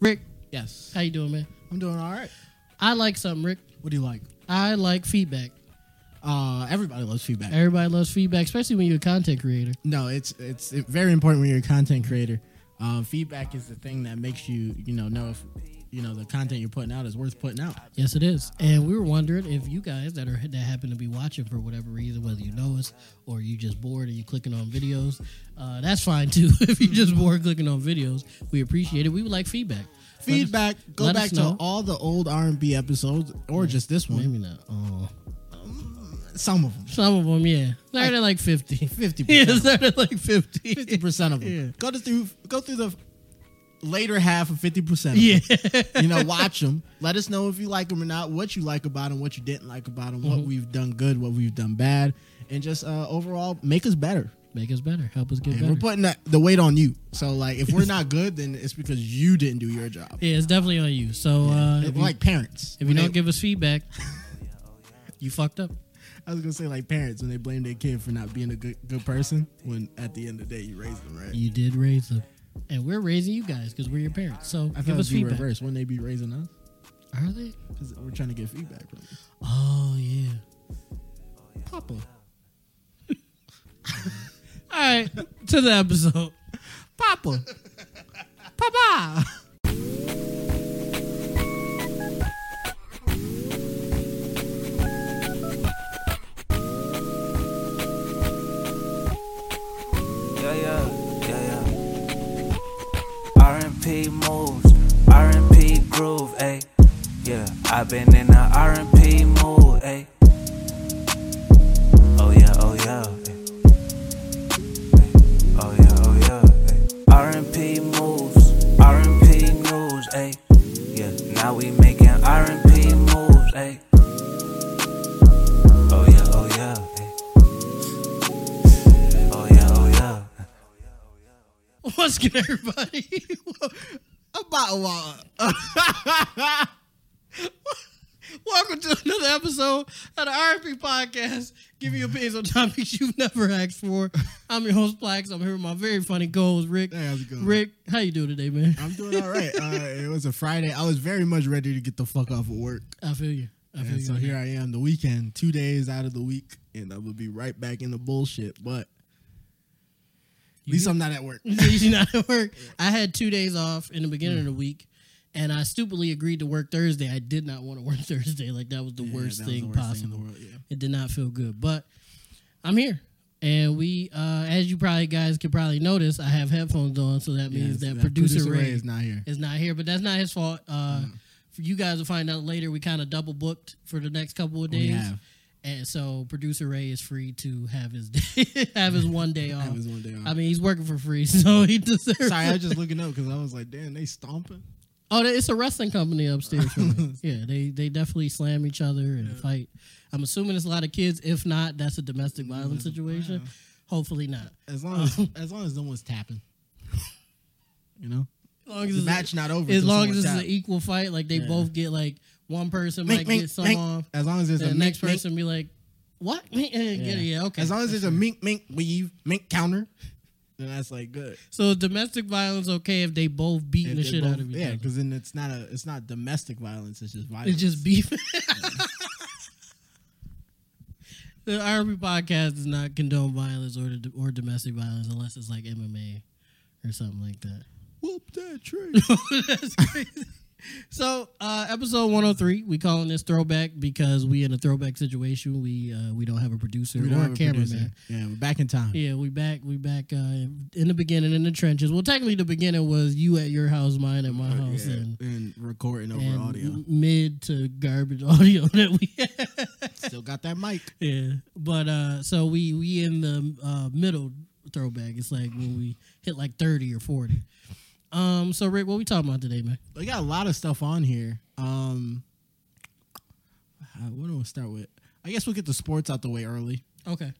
Rick, Yes. How you doing, man? I'm doing all right. I like something, Rick. What do you like? I like feedback. Uh, everybody loves feedback. Everybody loves feedback, especially when you're a content creator. No, it's it's very important when you're a content creator. Um, feedback is the thing that makes you you know know if you know the content you're putting out is worth putting out. Yes, it is. And we were wondering if you guys that are that happen to be watching for whatever reason, whether you know us or you just bored and you clicking on videos, uh, that's fine too. if you just bored clicking on videos, we appreciate it. We would like feedback. Feedback. Go let us back know. to all the old R&B episodes or just this one. Maybe not. Oh. Some of them. Some of them, yeah. Started at like 50. 50%. Yeah, started like 50. Fifty percent of them. Yeah. Go to through go through the later half of fifty percent. Yeah. you know, watch them. Let us know if you like them or not. What you like about them, what you didn't like about them, Mm-hmm. what we've done good, what we've done bad, and just uh, overall make us better. Make us better. Help us get And better. we're putting that, the weight on you. So like, if we're not good, then it's because you didn't do your job. yeah, it's definitely on you. So, uh, if It's you, like parents. if you When don't they- give us feedback, you fucked up. I was gonna say like parents when they blame their kid for not being a good good person when at the end of the day you raised them right. You did raise them. And we're raising you guys because we're your parents. So I thought give it us was feedback. reverse. Wouldn't they be raising us? Are they? Because we're trying to get feedback from them. Oh, yeah. Papa. All right, to the episode. Papa. Papa. Yeah, yeah, yeah, yeah. R&P moves, R&P groove, ayy. Yeah, I've been in a R&P mood, ayy. Oh yeah, oh yeah. ayy. Ayy, Oh yeah, oh yeah. ayy. R&P moves, R&P news, ayy. Yeah, now we making R&P moves, ayy. Oh yeah, oh yeah. ayy. Oh yeah, oh yeah. What's good, everybody? About Welcome to another episode of the RP Podcast. Give you opinions on topics you've never asked for. I'm your host, Plax. I'm here with my very funny goals, Rick. Hey, how's it going? Rick, how you doing today, man? I'm doing all right. Uh, it was a Friday. I was very much ready to get the fuck off of work. I feel you. I feel And you. so on here I am, the weekend, two days out of the week, and I'm gonna be right back in the bullshit. But at least I'm not at work. that. you not at work. I had two days off in the beginning of the week, and I stupidly agreed to work Thursday. I did not want to work Thursday. Like that was the Yeah, worst that was thing the worst possible. in the world, yeah. It did not feel good, but I'm here. And we, uh, as you probably guys can probably notice, I have headphones on, so that Yes, means that, producer, Ray, is not here. is not here, but that's not his fault. Uh, Mm-hmm. for You guys will find out later. We kind of double booked for the next couple of days, Oh, have. and so producer Ray is free to have his day, have his one day off. Have his one day off. I mean, he's working for free, so he deserves. Sorry, I it. was just looking up because I was like, damn, they stomping. Oh, they- it's a wrestling company upstairs. From me. yeah, they they definitely slam each other and fight. I'm assuming it's a lot of kids. If not, that's a domestic Mm-hmm. violence situation. Uh-huh. Hopefully not. As long as as long as no one's tapping, you know, As long as the it's a- match not over. as till long someone as it's an tap. equal fight, like they Yeah. both get like one person Mink, might mink, get some mink. off. As long as there's the a next next mink, person be like, "What? Yeah, yeah, yeah, okay." As long as there's a mink, mink weave, mink counter, then that's like good. so domestic violence okay if they both beating If the they shit both- out of each yeah, other. because then it's not a it's not domestic violence. It's just violence. It's just beef. the RB podcast does not condone violence or or domestic violence unless it's like MMA or something like that. whoop that tree. That's crazy. So, uh, episode 103, we calling this throwback because we in a throwback situation. We uh, we don't have a producer we or don't a have a cameraman. producer. Yeah, we're back in time. Yeah, we back. We back uh, in the beginning in the trenches. Well, technically, the beginning was you at your house, mine at my house, Oh, Yeah, and, and recording over and audio. mid to garbage audio that we had. Still got that mic. yeah, but uh, so we we in the uh, middle throwback. It's like when we hit like thirty or forty. Um, so Rick, what we talking about today, man? We got a lot of stuff on here. Um, uh, what do we start with? I guess we'll get the sports out the way early. Okay,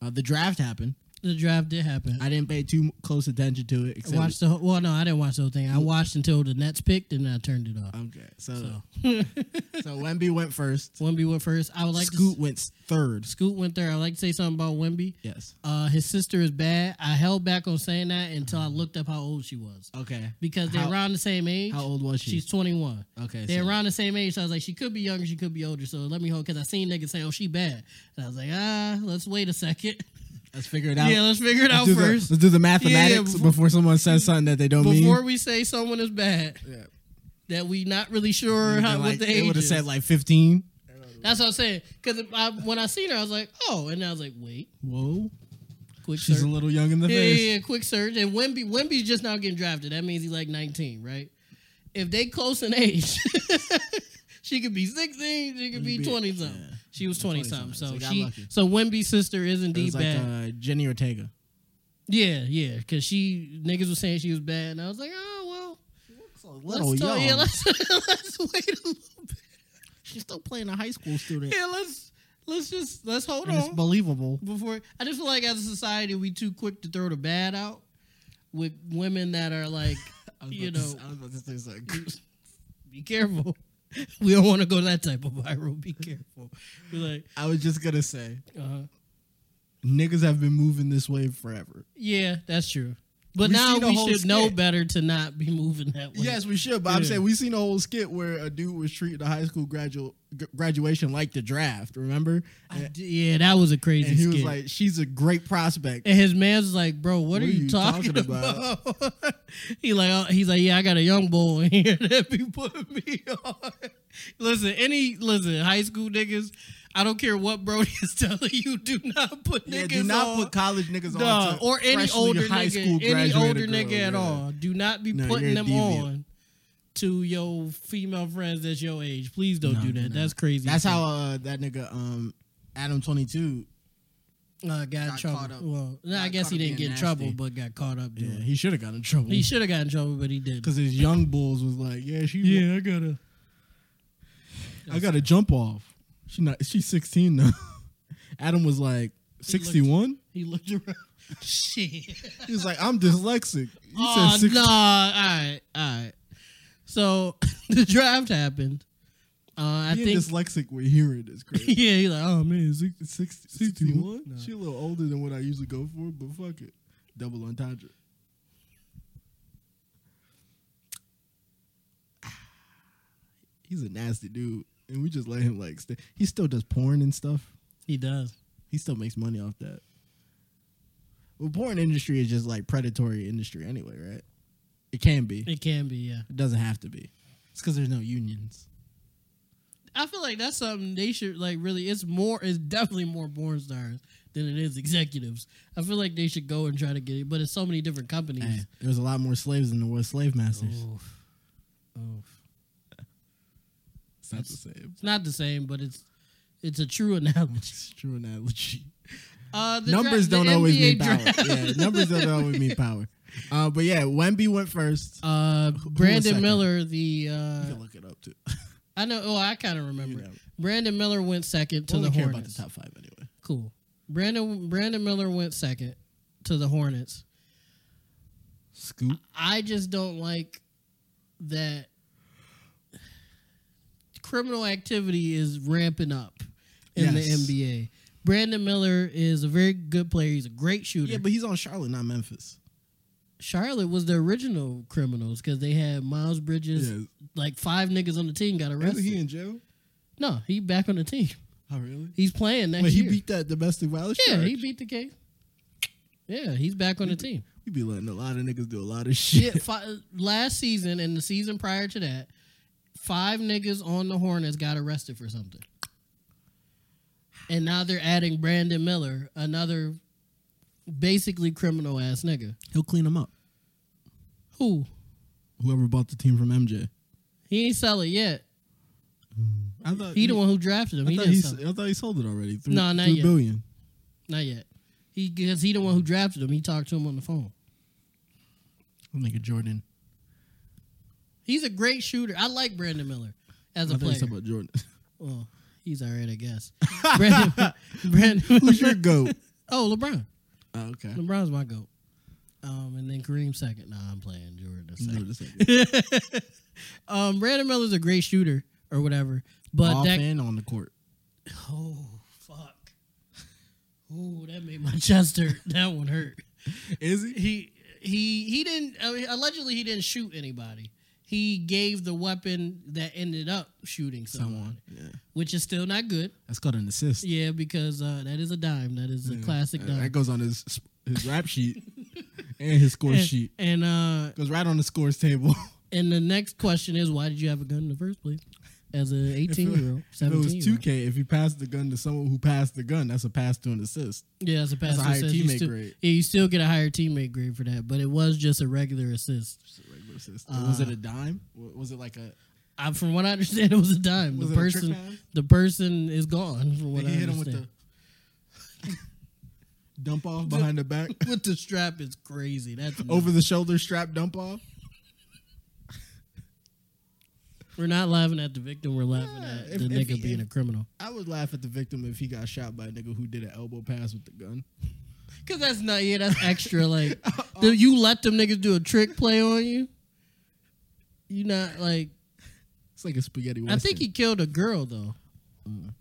Uh, the draft happened. the draft did happen. I I didn't pay too close attention to it. Except watched the whole, well, no, I didn't watch the whole thing. I watched until the Nets picked, and then I turned it off. Okay, so so, Wemby went first. Wemby went first. I would like Scoot To, went s- third. Scoot went there. I would like to say something about Wemby. Yes. Uh, his sister is bad. I held back on saying that until I looked up how old she was Okay. because they're How- around the same age. How old was she? She's 21. Okay, They're so- around the same age. So I was like, she could be younger, she could be older. So let me hold, because I seen niggas saying, oh, she bad. And I was like, ah, let's wait a second. Let's figure it out. yeah, let's figure it out do the- first. let's do the mathematics Yeah, before- before, someone says something that they don't Before mean. we say someone is bad, Yeah. that we not really sure And how, like, what the they age would have is. said like 15. That's what I'm saying. Because I, when I seen her, I was like, oh, and I was like, wait, Whoa. quick She's search. a little young in the yeah, face. yeah, yeah, quick search. And Wemby, Wemby's just now getting drafted. That means he's like 19, right? If they close in age, she could be 16, she could be be- 20 something. yeah. She was 20 something. 20-something, So so got she, lucky. so Wemby's sister is It indeed was like bad. uh, Jenny Ortega. yeah, yeah. Because she, niggas was saying she was bad. And I was like, oh, well. Let's Little talk, young. yeah, let's, let's wait a little bit. She's still playing a high school student. Yeah, let's let's just let's hold And on. it's believable. before I just feel like as a society we too quick to throw the bad out with women that are like you know I was about to say something. be careful. We don't want to go that type of viral. Be careful. We're like, I was just gonna say uh, niggas have been moving this way forever. yeah, that's true. But We now seen the we whole should know skit. better to not be moving that way. Yes, we should. But I'm Yeah. saying we seen a whole skit where a dude was treating the high school graduate graduation like the draft. Remember? I d- yeah, that was a crazy. And he was skit. like, "She's a great prospect." And his man's was like, bro, what, are, you, talking, about? he like, oh, he's like, yeah, I got a young boy in here that be putting me on. listen, any listen, high school niggas, I don't care what Brody is telling you, do not put Yeah, niggas do not on. put college niggas Nah, on to or any freshly older high nigga, school any graduated older girl, nigga at yeah. all. Do not be No, putting you're a them deviant. on to your female friends that's your age. Please don't No, do that. no. That's crazy. That's how uh, that nigga um, Adam Twenty Two. uh, got, in got trouble. caught up- Well, nah, I got guess caught he didn't up being get in nasty. trouble, but got caught up doing. Yeah, it. he should have got in trouble He should have gotten in trouble, but he didn't. because his young bulls was like, "Yeah, she, I gotta. I got to jump off. She not, she's sixteen now." Adam was like, "61." He looked around. Shit. He was like, "I'm dyslexic." You Oh, said six. no. All right. All right. So the draft happened. Uh, I Being think. dyslexic with hearing is crazy. yeah, he's like, oh, man. Is it? Six- 61? 61? No. She a little older than what I usually go for, but fuck it. Double entendre. He's a nasty dude, and we just let him like. Stay. He still does porn and stuff. He does. He still makes money off that. Well, porn industry is just like predatory industry anyway, right? It can be. It can be, yeah. It doesn't have to be. It's because there's no unions. I feel like that's something they should, like, really. It's more, it's definitely more porn stars than it is executives. I feel like they should go and try to get it, but it's so many different companies. Hey, there was a lot more slaves than there was slave masters. Oof. Oof. it's not the same. It's not the same, but it's it's a true analogy. It's true analogy. Uh, the numbers dra- the don't always NBA mean draft. power. Yeah, numbers don't always mean power. Uh, but yeah, Wemby went first. Uh, was Brandon second? Miller, the you uh, can look it up too. I know. Oh, I kind of remember. know. Brandon Miller went second to Only the care Hornets. about the top five anyway. Cool. Brandon Brandon Miller went second to the Hornets. Scoop. I just don't like that criminal activity is ramping up in Yes. the NBA. Brandon Miller is a very good player. He's a great shooter. Yeah, but he's on Charlotte, not Memphis. Charlotte was the original criminals because they had Miles Bridges. Yeah. Like five niggas on the team got arrested. Isn't he in jail? no, he back on the team. Oh really? He's playing next But he year. beat that domestic violence. yeah, charge. he beat the case. Yeah, he's back on the team. We be letting a lot of niggas do a lot of Yeah, shit. fi- last season and the season prior to that, five niggas on the Hornets got arrested for something. And now they're adding Brandon Miller, another basically criminal ass nigga. He'll clean them up. Who? Whoever bought the team from MJ. He ain't sell it yet. I thought He the one who drafted him. I He thought, didn't he, sell. I thought he sold it already. Three, No, not three yet. billion. Not yet. He because he the one who drafted him. He talked to him on the phone. Nigga Jordan. He's a great shooter. I like Brandon Miller as I a thought you player. said about Jordan. well, he's all right, I guess. Brandon, Brandon Who's your goat? Oh, LeBron. Oh, okay. LeBron's my goat. Um, and then Kareem second. Nah, I'm playing Jordan the second. Mm. Um, Brandon Miller's a great shooter or whatever, but Off that and on the court. oh fuck, oh that made my chest hurt. That one hurt. Is he? He he he didn't. I mean, allegedly, he didn't shoot anybody. He gave the weapon that ended up shooting someone, Someone. Yeah. which is still not good. That's called an assist. Yeah, because uh, that is a dime. That is a classic Uh, dime. That goes on his his rap sheet and his score sheet. and uh, Goes right on the scores table. and the next question is, why did you have a gun in the first place? As an 18 year old, if it 17 was year two old. K, if he passed the gun to someone who passed the gun, that's a pass to an assist. Yeah, that's a pass. That's a higher assist. You teammate still- grade. Yeah, you still get a higher teammate grade for that, but it was just a regular assist. Just a regular assist. was it a dime? Wa- Was it like a? I, from what I understand, it was a dime. Was the it a trick person, pass? the person is gone. From what Did he I hit him understand, with the dump off behind the back, with the strap is crazy. That's over the shoulder strap dump off? We're not laughing at the victim. We're laughing at if- the if nigga he- being if- a criminal. I would laugh at the victim if he got shot by a nigga who did an elbow pass with the gun. Cause that's not yeah, that's extra. Like, Uh-uh. do you let them niggas do a trick play on you? You not like? It's like a spaghetti. I Western. think he killed a girl though. Mm,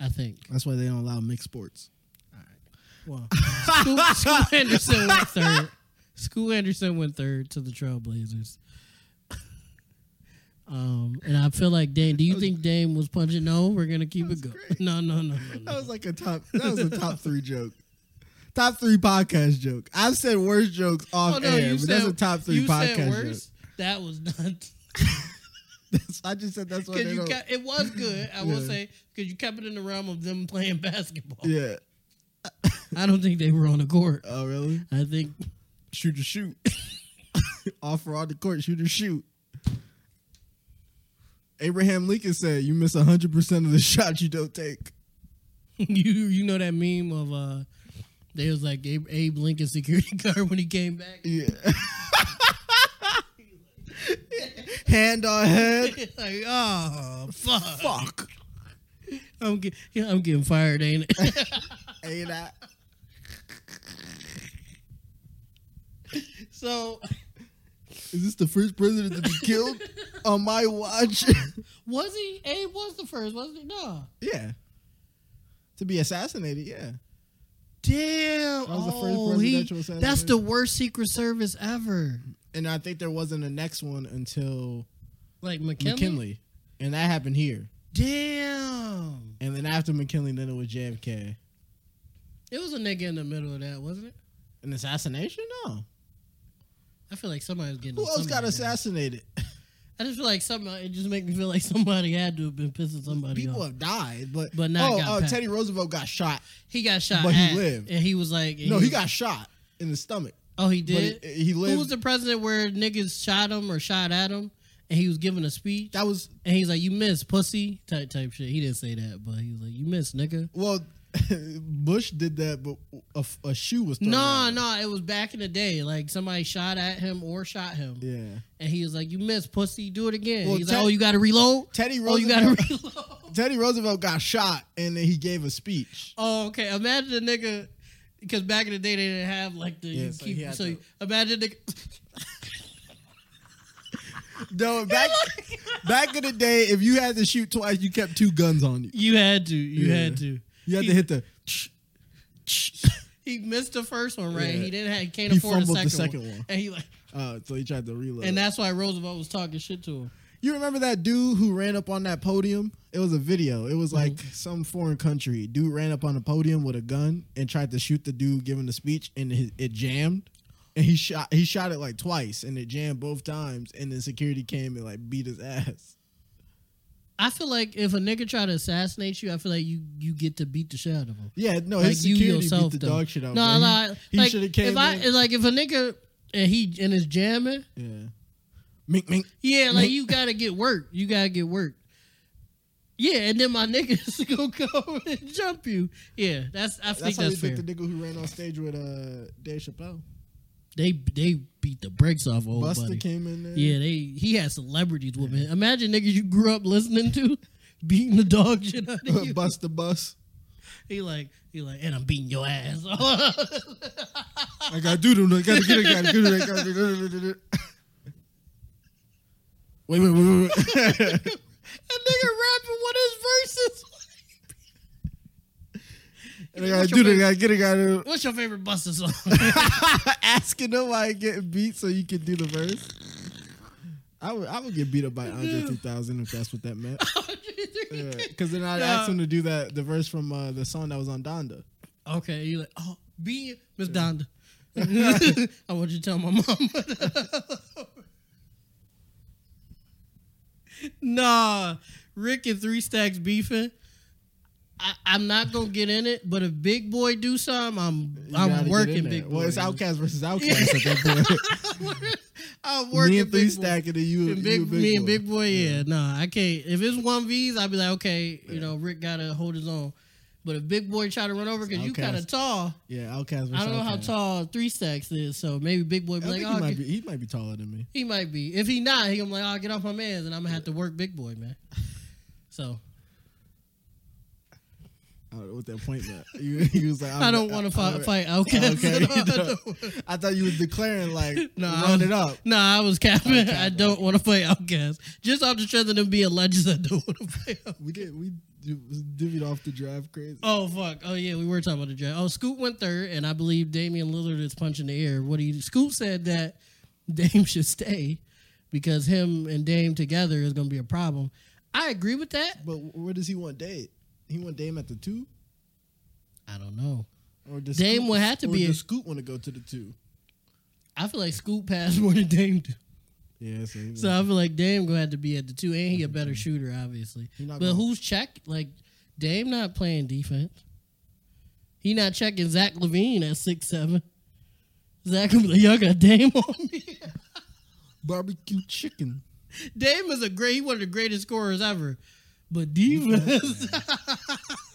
I think. That's why they don't allow mixed sports. Well, Scoot, Scoot Anderson went third. Scoot Anderson went third to the Trailblazers. Um, and I feel like Dame. Do you think Dame was punching? No, we're gonna keep it going. great. No, no, no, no, That no. was like a top. That was a top three joke. Top three podcast joke. I've said worse jokes off Oh, no, air, but that's a top three you said podcast joke. worse. That was not That's- I just said that's what because they you don't. kept, it was good. I will Yeah. say because you kept it in the realm of them playing basketball. yeah. I don't think they were on the court. Oh really? I think Shoot or shoot. Offer on the court. Shoot or shoot. Abraham Lincoln said, "You miss hundred percent of the shots you don't take." you you know that meme of uh they was like Abe, Abe Lincoln security guard when he came back. Yeah. Hand on head. like oh fuck, Fuck. I'm get, yeah, I'm getting fired, ain't it? Ain't I? so Is this the first president to be killed on my watch? was he Abe was the first, wasn't he? No. yeah. To be assassinated, yeah. Damn. That was the first oh, he- presidential assassination. that's the worst Secret Service ever. And I think there wasn't a next one until Like McKinley. McKinley. And that happened here. Damn. And then after McKinley, then it was JFK. It was a nigga in the middle of that, wasn't it? An assassination? No. I feel like somebody was getting. Who else got somebody. assassinated? I just feel like somebody. It just make me feel like somebody had to have been pissing somebody People off. have died, but But not oh, got oh, packed. Teddy Roosevelt got shot. He got shot, But he at, lived. and he was like, No, he was- got shot in the stomach. Oh, he did. But he, he Who was lived. the president where niggas shot him or shot at him, and he was giving a speech, that was and he's like, "You missed, pussy," type type shit. He didn't say that, but he was like, "You missed, nigga." well. Bush did that, but a, a shoe was thrown. No, at him. no, it was back in the day. Like somebody shot at him or shot him, Yeah. and he was like, "You missed, pussy. Do it again." Well, he's Ted- like, "Oh, you got to reload. Teddy oh, you Roosevelt. got to reload." Teddy Roosevelt got shot, and then he gave a speech. Oh, okay. Imagine a nigga, because back in the day they didn't have like the. Yeah, you so keep, he had so to- you- imagine a nigga. No, back back in the day, if you had to shoot twice, you kept two guns on you. You had to. You Yeah. had to. You had he, to hit the. He missed the first one, right? Yeah. He didn't. Have, he can't He afford the fumbled second, the one. second one. And he like, Uh, so he tried to reload. and that's why Roosevelt was talking shit to him. you remember that dude who ran up on that podium? It was a video. It was like Mm-hmm. some foreign country. Dude ran up on the podium with a gun and tried to shoot the dude giving the speech, and it, it jammed. And he shot. He shot it like twice, and it jammed both times. And then security came and like beat his ass. I feel like if a nigga try to assassinate you, I feel like you you get to beat the shit out of him. Yeah, no, like Oh, his you security yourself, beat the though. dog shit out. no, bro. like, he, like, should have came. if I in. like if a nigga and he and is jamming, yeah, mink mink. yeah, like you gotta get work. You gotta get work. Yeah, and then my niggas gonna go and jump you. Yeah, that's I think that's, That's how you fair. think the nigga who ran on stage with uh Dave Chappelle. they they beat the brakes off old Buster buddy. came in there. Yeah, they he had celebrities with him. Imagine niggas you grew up listening to beating the dog shit out of you. Buster Bus. He like he like, and I'm beating your ass. I gotta do them. I gotta get it. Gotta do it. Gotta do it. Wait, wait, wait, wait, wait. That nigga rapping one of his verses. I gotta do it. Gotta get it. Gotta do it. What's your favorite Buster song? asking them why you getting beat so you can do the verse. I would, I would get beat up by Andre 2000 if that's what that meant. Because then I'd ask him to do that the verse from uh, the song that was on Donda. okay, you like, oh, be Miss Donda. I want you to tell my mom. nah, Rick and Three Stacks beefing. I, I'm not gonna get in it, but if Big Boy do something, I'm You gotta I'm get in working there. Big Boy. Well, it's Outcast versus Outcast at that point. I'm working me and Three Big Boy. Stack and then you, And you big, a big me boy. and Big Boy, yeah, nah, I can't. If it's one V's, I'd be like, okay, you know, Rick gotta hold his own. But if Big Boy try to run over, because you kind of Outkast. tall, Yeah, Outcast versus I don't know how Outkast. tall Three Stacks is, so maybe Big Boy be I like, think oh, he, might get- be, he might be taller than me. he might be. If he not, he gonna be like, oh, get off my man's, and I'm gonna have to work Big Boy, man. So I don't know what that point meant. You, he was like, I'm, I don't want to fight. fight okay, Okay. no, I thought you were declaring like No, I was- round it up. nah, I was capping. I don't want to fight Outcast. Just off the strength of them being legends, I don't want to fight. Outkast. We did we div- divvied off the draft crazy. Oh fuck! Oh yeah, we were talking about the draft. Oh, Scoop went third, and I believe Damian Lillard is punching the air. What he Scoop said that Dame should stay because him and Dame together is going to be a problem. I agree with that. But where does he want Dame? He want Dame at the two, I don't know. or does Dame Scoot- would have to or be Does a- Scoot want to go to the two? I feel like Scoop passed more than Dame. Do. Yeah, so, he So I feel like Dame gonna have to be at the two, and he a better shooter, obviously. He not But gonna- who's check? Like Dame not playing defense. He not checking Zach Levine at six seven. Zach, gonna be like, y'all got Dame on me. barbecue chicken. Dame is a great, he one of the greatest scorers ever. But defense,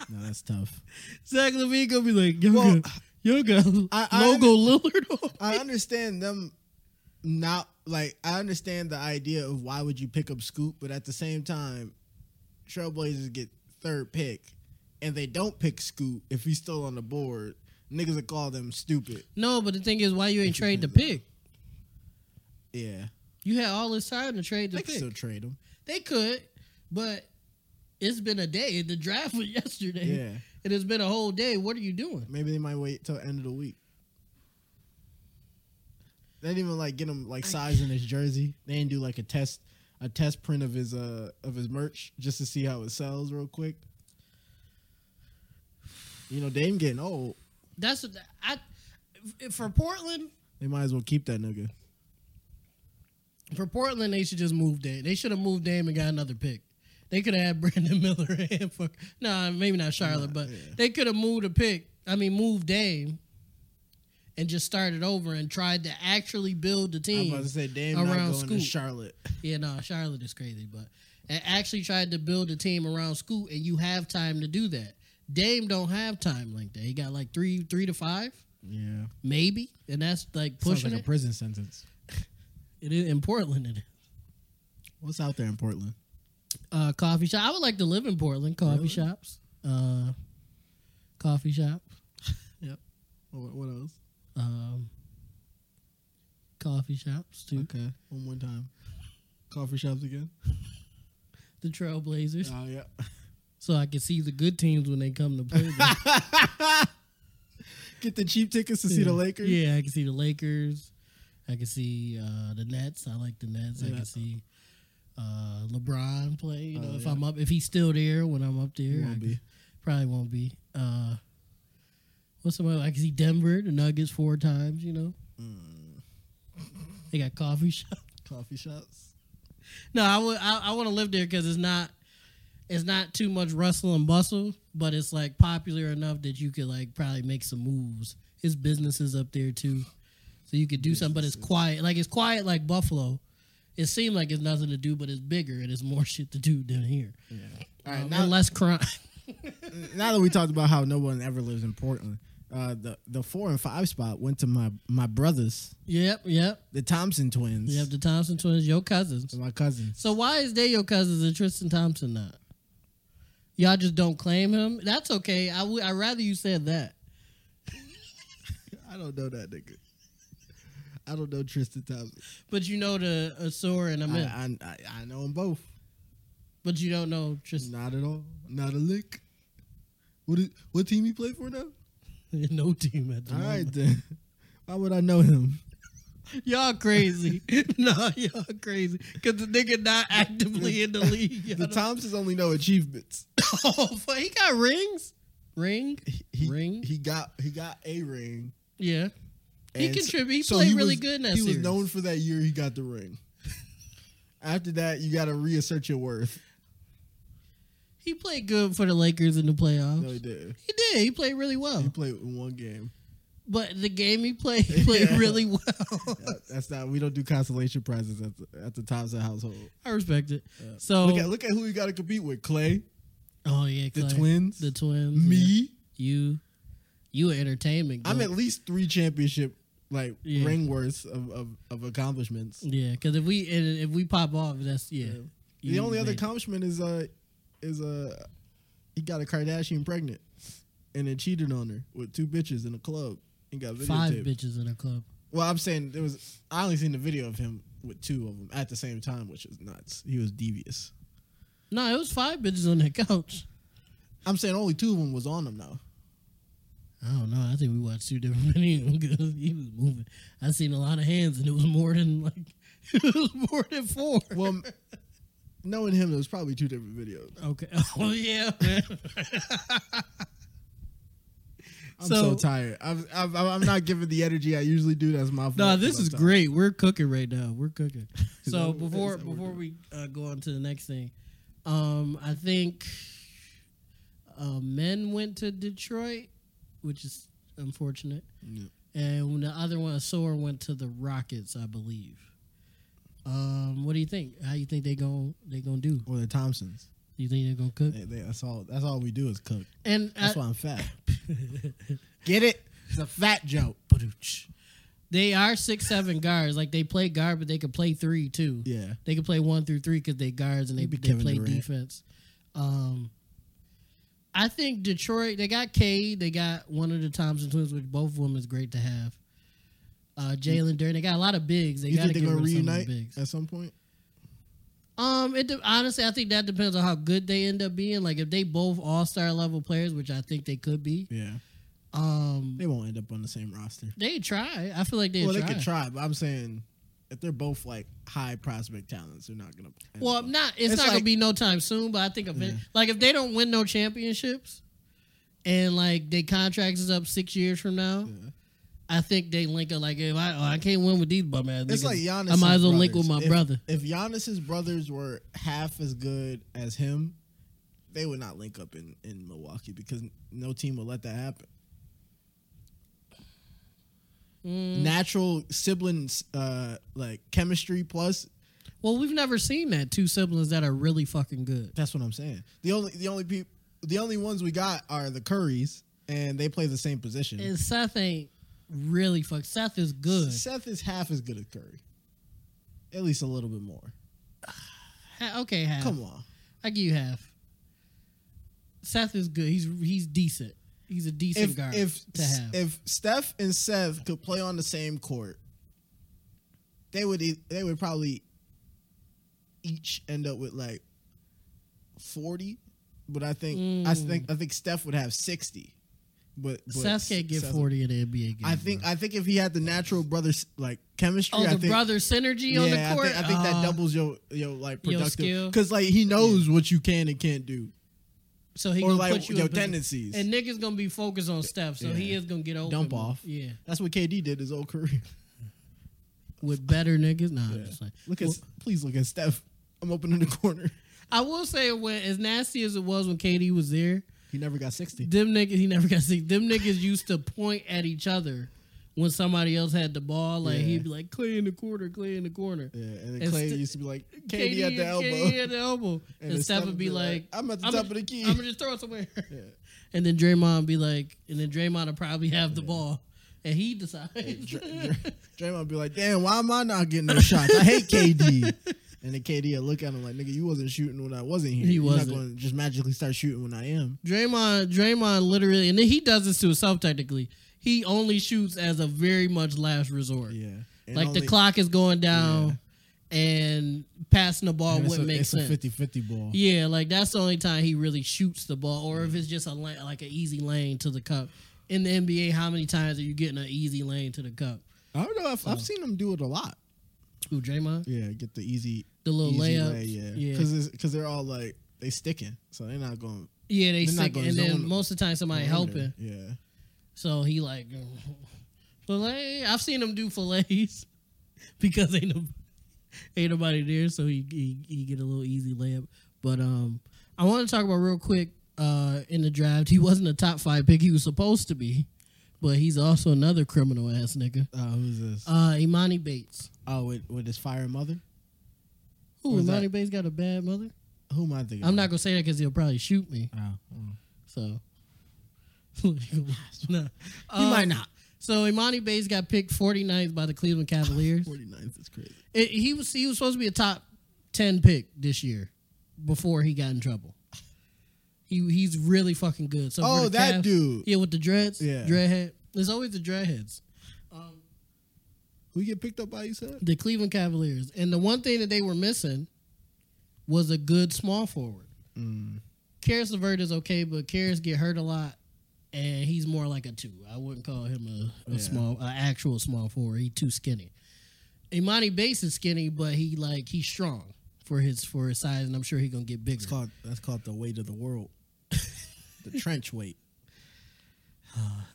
No, that's tough. Zach Levine gonna be like, yo, Well, got- yo got I- I logo Lillard. on." I understand them not like I understand the idea of why would you pick up Scoop, but at the same time, Trailblazers get third pick, and they don't pick Scoop if he's still on the board. Niggas would call them stupid. No, but the thing is, why you ain't trade the pick? Yeah, You had all this time to trade the they pick. can still trade him. They could, but it's been a day. The draft was yesterday. Yeah. And it's been a whole day. What are you doing? Maybe they might wait till end of the week. They didn't even like get him like size in his jersey. They didn't do like a test a test print of his uh of his merch just to see how it sells real quick. You know, Dame getting old. That's what I f- for Portland. They might as well keep that nigga. For Portland, they should just move Dame. They should have moved Dame and got another pick. They could have had Brandon Miller and fuck. Nah, maybe not Charlotte, but yeah. they could have moved a pick. I mean, moved Dame and just started over and tried to actually build the I'm team. about to say Dame not Around going to Scoot. Charlotte. Yeah, no, Charlotte is crazy, but and actually tried to build a team around Scoot, and you have time to do that. Dame don't have time like that. He got like three, three to five, Yeah, maybe, and that's like sounds pushing like a prison sentence. it. It is in Portland. It is. What's out there in Portland? Uh, coffee shop. I would like to live in Portland. Coffee Really? shops. Uh, coffee shop. yep. What, what else? Um, coffee shops too. Okay, one more time. Coffee shops again. The Trailblazers. Oh yeah. So I can see the good teams when they come to play. them. Get the cheap tickets to see the Lakers. Yeah, I can see the Lakers. I can see uh, the Nets. I like the Nets. I Yeah. can see uh, LeBron play. You know, Oh, if yeah. I'm up, if he's still there when I'm up there, He I won't can- be. probably won't be. Uh, what's some other? I can see Denver, the Nuggets four times. You know, Mm. they got coffee shop. Coffee shops. No, I would. I, I want to live there because it's not. It's not too much rustle and bustle, but it's like popular enough that you could like probably make some moves. His business is up there too, so you could do something. But it's quiet. Like it's quiet like Buffalo. It seemed like it's nothing to do, but it's bigger and it's more shit to do than here. All right, Um, now, and less crime. now that we talked about how no one ever lives in Portland, uh, the the four and five spot went to my my brothers, yep, yep. the Thompson twins, You have the Thompson twins, your cousins. my cousins. So why is they your cousins and Tristan Thompson not? Y'all just don't claim him. That's okay. I would. I rather you said that. I don't know that nigga. I don't know Tristan Thompson. But you know the Asura and I, Amit. I, I, I know them both. but you don't know Tristan. Not at all. Not a lick. What is, what team he play for now? no team at the All right moment. then. Why would I know him? Y'all crazy. no, y'all crazy. Cause the nigga not actively in the league. The Y'all don't- Thompsons only know achievements. oh, fuck, he got rings. Ring. He, ring. He got he got a ring. yeah. He And contribute- he played really was- good in that He series. was known for that year. He got the ring. After that, you got to reassert your worth. He played good for the Lakers in the playoffs. No, he did. He did. He played really well. He played in one game. but the game he played, he played Yeah. really well. Uh, That's not. We don't do consolation prizes at the, at the Thompson household. I respect it. So, Look at look at who you got to compete with: Clay, oh yeah, the Oh. Clay. twins, the twins, me. yeah. you, you an entertainment. I'm goat. at least three championship like Yeah. ring worth of, of of accomplishments. yeah, because if we and if we pop off, that's yeah. the You only other made it. accomplishment is uh is uh he got a Kardashian pregnant and then cheated on her with two bitches in a club and got videotaped. five bitches in a club. Well, I'm saying there was I only seen the video of him with two of them at the same time, which is nuts. He was devious. No, it was five bitches on that couch. I'm saying only two of them was on him now. I don't know. I think we watched two different videos because he was moving. I seen a lot of hands, and it was more than like it was more than four. Well, m- knowing him, it was probably two different videos. Okay. Oh yeah, man. I'm So- so, tired. I'm, I'm I'm not giving the energy I usually do. That's my fault. No, uh, this I'm is tired. great. We're cooking right now. We're cooking. So that what- is before that what we're before we uh, go on to the next thing, um, I think uh, men went to Detroit, which is unfortunate, Yeah. and when the other one, Sore, went to the Rockets, I believe. Um, what do you think? How you think they gon' they gonna do? Or the Thompsons. You think they're gonna cook? They- they- that's all. That's all we do is cook. And I- That's why I'm fat. Get it? It's a fat joke. Badooch. they are six seven guards. Like they play guard, but they could play three too. Yeah. They can play one through three because they guards and they, Maybe they Kevin play Durant. defense. Um, I think Detroit. They got Cade. They got one of the Thompson twins, which both of them is great to have. Uh, Jalen Duran. They got a lot of bigs. They You got to get think they're gonna rid of some of the reunite bigs. at some point? Um, it de- honestly, I think that depends on how good they end up being. Like if they both all star level players, which I think they could be. Yeah. Um, They won't end up on the same roster. they try. I feel like they. well, try. they could try, but I'm saying if they're both like high prospect talents, they're not gonna. end Well, up on- not it's, It's not gonna like- be no time soon, but I think event, like if they don't win no championships, and like they contracts is up six years from now, Yeah. I think they link up. Like if I oh, I can't win with these bum ass, It's niggas, like Giannis. I might as well link with my if, brother. If Giannis's brothers were half as good as him, they would not link up in in Milwaukee because no team would let that happen. Mm. Natural siblings, uh, like chemistry plus. Well, we've never seen that two siblings that are really fucking good. That's what I'm saying. The only the only people the only ones we got are the Currys, and they play the same position. And Seth ain't really fuck. Seth is good. Seth is half as good as Curry, at least a little bit more. Ha- okay, half. Come on, I give you half. Seth is good. He's he's decent. He's a decent if guard if to have. if Steph and Seth could play on the same court, they would e- they would probably each end up with like forty. But I think I Mm. think I think Steph would have sixty. But, but Seth can't get Seth- forty in the NBA game. I think bro. I think if he had the natural brothers like chemistry, Oh, I the think, brother synergy on Yeah, the I court. think, I think that Uh, doubles your your like your skill. productive because like he knows what you can and can't do. Uh, so he or gonna like put you your in position- tendencies. And niggas gonna be focused on Steph, so he Yeah. is gonna get open. Dump off. yeah, That's what KD did his whole career. with better niggas. Nah, I'm Yeah. just like, Look at Well, please look at Steph. I'm opening the corner. I will say when as nasty as it was when KD was there, He never got sixty. them niggas he never got sick. Them niggas used to point at each other when somebody else had the ball. Like Yeah. he'd be like, "Clay in the corner, Clay in the corner." Yeah, and then And Clay Ste- used to be like KD, at the elbow. KD at the elbow. And, And then Steph would be like, "I'm at the I'ma- top of the key." I'm gonna just throw it somewhere. Yeah. And then Draymond be like, and then Draymond will probably have the ball, and he decides. Dr- Dr- Draymond be like, damn, why am I not getting no shots? I hate KD. And then KD will look at him like, nigga, you wasn't shooting when I wasn't here. He You're wasn't. not going to just magically start shooting when I am. Draymond, Draymond literally, and then he does this to himself technically. He only shoots as a very much last resort. Yeah. And like only- the clock is going down and passing the ball and it's wouldn't a- make it's sense. a 50-50 ball. Yeah, like that's the only time he really shoots the ball, or if it's just a lane, like an easy lane to the cup. In the NBA, how many times are you getting an easy lane to the cup? I don't know. I've, I've seen him do it a lot. Who Draymond? Yeah, get the easy, The little easy layups. lay, yeah, Yeah. because because they're all like they sticking, so they're not going Yeah, they They're not sick, gonna and zone then him. most of the time somebody helping. Yeah, So he like fillet. I've seen him do fillets because ain't no, ain't nobody there, so he, he he get a little easy layup. But um, I want to talk about real quick. Uh, in the draft, he wasn't a top five pick. He was supposed to be, but he's also another criminal ass nigga. uh, who's this? Uh, Imani Bates. oh, with, with his fire mother. Who? Who's Imani that? Bates got a bad mother. Who am I thinking? I'm of? not gonna say that because he'll probably shoot me. Oh, mm. So no. he might not. Uh, So Imani Bates got picked 49th by the Cleveland Cavaliers. 49th is crazy. It, he was he was supposed to be a top ten pick this year before he got in trouble. He he's really fucking good. So for Oh, the that Cavs- dude. yeah, with the dreads, Yeah. dreadhead. There's always the dreadheads. Who you get picked up by? You said The Cleveland Cavaliers, and the one thing that they were missing was a good small forward. Mm. Karis LeVert is okay, but Karis get hurt a lot, and he's more like a two. I wouldn't call him a, a Yeah. small, an actual small forward. He too skinny. Imani Bates is skinny, but he like he's strong for his for his size, and I'm sure he gonna get bigger. it's called that's called the weight of the world, the trench weight.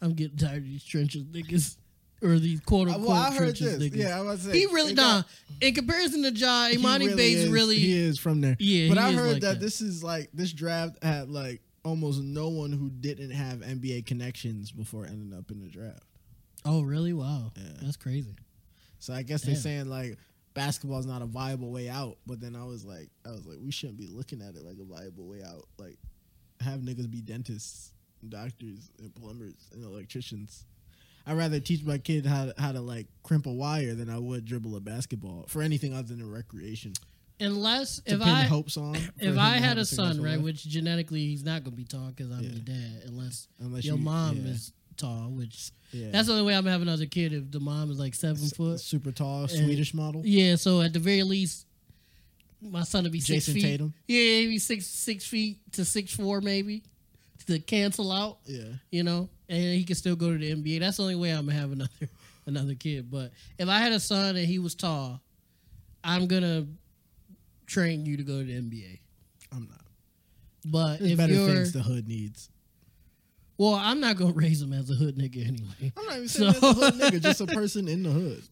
I'm getting tired of these trenches niggas or these quote Uh, unquote well, I heard trenches this. niggas. Yeah, I was saying he really they nah. got- In comparison to Ja, He Imani Bates is, really he is from there. Yeah, but he I is heard like that, that. this is like this draft had like almost no one who didn't have NBA connections before ending up in the draft. Oh, really? Wow. Yeah. That's crazy. So I guess they're Damn. saying like basketball is not a viable way out. But then I was like, I was like, we shouldn't be looking at it like a viable way out. Like have niggas be dentists, and doctors, and plumbers and electricians. I'd rather teach my kid how to, how to like crimp a wire than I would dribble a basketball for anything other than recreation. Unless To if pin I hopes on. for him if to I have had a a son, successful right, life. which genetically he's not gonna be tall because I'm Yeah. your dad, unless, Unless your you- mom yeah. is tall, which Yeah. that's the only way I'm having another kid if the mom is like seven S- foot. super tall Swedish model. Yeah, so at the very least, my son would be six Jason feet. Tatum? Yeah, he'd be six six feet to six four maybe to cancel out. Yeah. you know, and he could still go to the NBA. That's the only way I'm gonna have another another kid. But if I had a son and he was tall, I'm gonna train you to go to the NBA. I'm not. But There's if better you're things the hood needs. well, I'm not gonna raise him as a hood nigga anyway. I'm not even saying So- that's a hood nigga, just a person in the hood.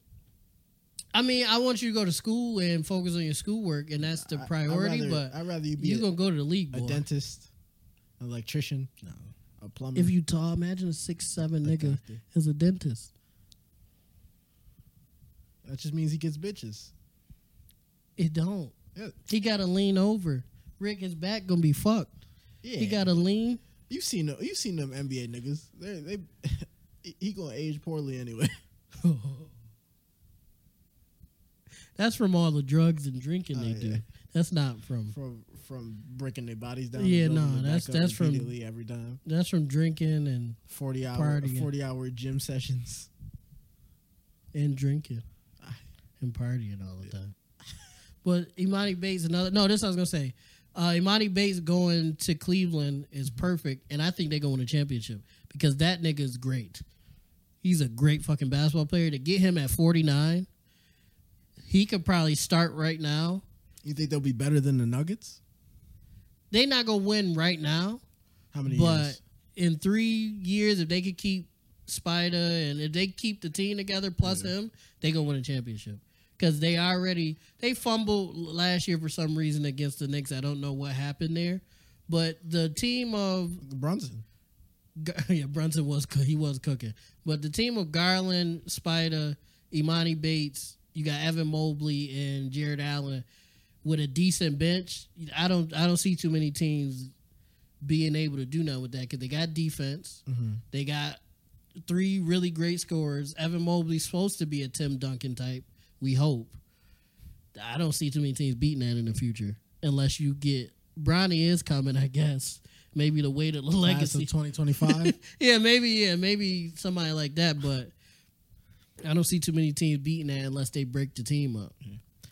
I mean, I want you to go to school and focus on your schoolwork, and that's the I- I'd priority. rather- but I'd rather you be you're a- gonna go to the league, a boy. dentist, an electrician, no, a plumber. If you tall, imagine a six seven nigga doctor. as a dentist. that just means he gets bitches. It don't. Yeah, He gotta lean over. Rick, his back gonna be fucked. He Yeah. gotta lean. you seen them, you seen them NBA niggas. They're, they he- he gonna age poorly anyway. That's from all the drugs and drinking Oh, they yeah. do. That's not from. From from breaking their bodies down. Yeah, and building nah, them that's- back up that's from- repeatedly every time. That's from drinking and Forty hour Partying. forty hour gym sessions. and drinking and partying all the time. But Imani Bates, another no, this I was gonna say. Uh, Imani Bates going to Cleveland is perfect, and I think they're going to championship because that nigga is great. He's a great fucking basketball player. To get him at forty nine, he could probably start right now. You think they'll be better than the Nuggets? They not gonna win right now, How many But years? in three years, if they could keep Spider and if they keep the team together plus him, they gonna win a championship. Cause they already they fumbled last year for some reason against the Knicks. I don't know what happened there, but the team of Brunson. yeah Brunson was coo- he was cooking, but the team of Garland, Spider, Imani Bates, you got Evan Mobley and Jared Allen with a decent bench. I don't I don't see too many teams being able to do nothing with that because they got defense. They got three really great scorers. Evan Mobley's supposed to be a Tim Duncan type, we hope. I don't see too many teams beating that in the future unless you get Bronny is coming, I guess. Maybe the weight of the Class of legacy. 2025. yeah, maybe yeah, maybe somebody like that, but I don't see too many teams beating that unless they break the team up.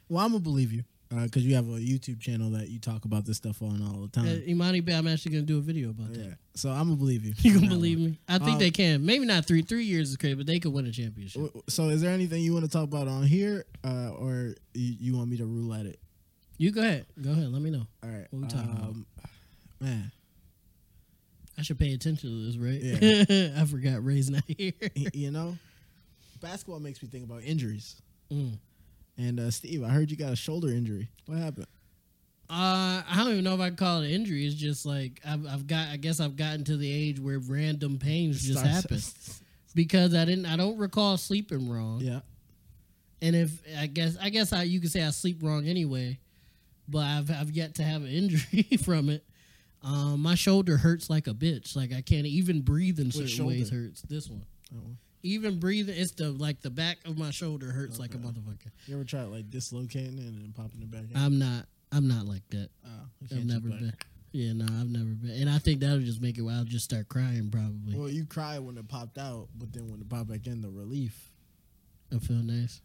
well, I'm gonna believe you. because you have a YouTube channel that you talk about this stuff on all the time. Uh, Imani Bay, I'm actually gonna do a video about that. yeah, so I'm gonna believe you. You on gonna that believe one. me? I think Uh, they can. Maybe not three. Three years is crazy, but they could win a championship. W- So, is there anything you want to talk about on here, uh, or you, you want me to roulette it? You go ahead. Go ahead. Let me know. All right. What we talking about? um, Man, I should pay attention to this, right? I forgot Ray's not here. y- you know, basketball makes me think about injuries. Mm. And uh, Steve, I heard you got a shoulder injury. What happened? Uh, I don't even know if I can call it an injury. It's just like I've, I've got. I guess I've gotten to the age where random pains just Starts- happen because I didn't. I don't recall sleeping wrong. Yeah. And if I guess I guess I, you could say I sleep wrong anyway, but I've I've yet to have an injury from it. Um, my shoulder hurts like a bitch. Like I can't even breathe in certain shoulder? ways. Hurts this one. Oh. Even breathing, it's the like the back of my shoulder hurts like a motherfucker. You ever tried like dislocating it and then popping it back? In? I'm not. I'm not like that. Oh, you Uh, I've can't never keep been. back. Yeah, no, I've never been. And I think that'll just make it. I'll just start crying probably. Well, you cried when it popped out, but then when it popped back in, the relief. I feel nice.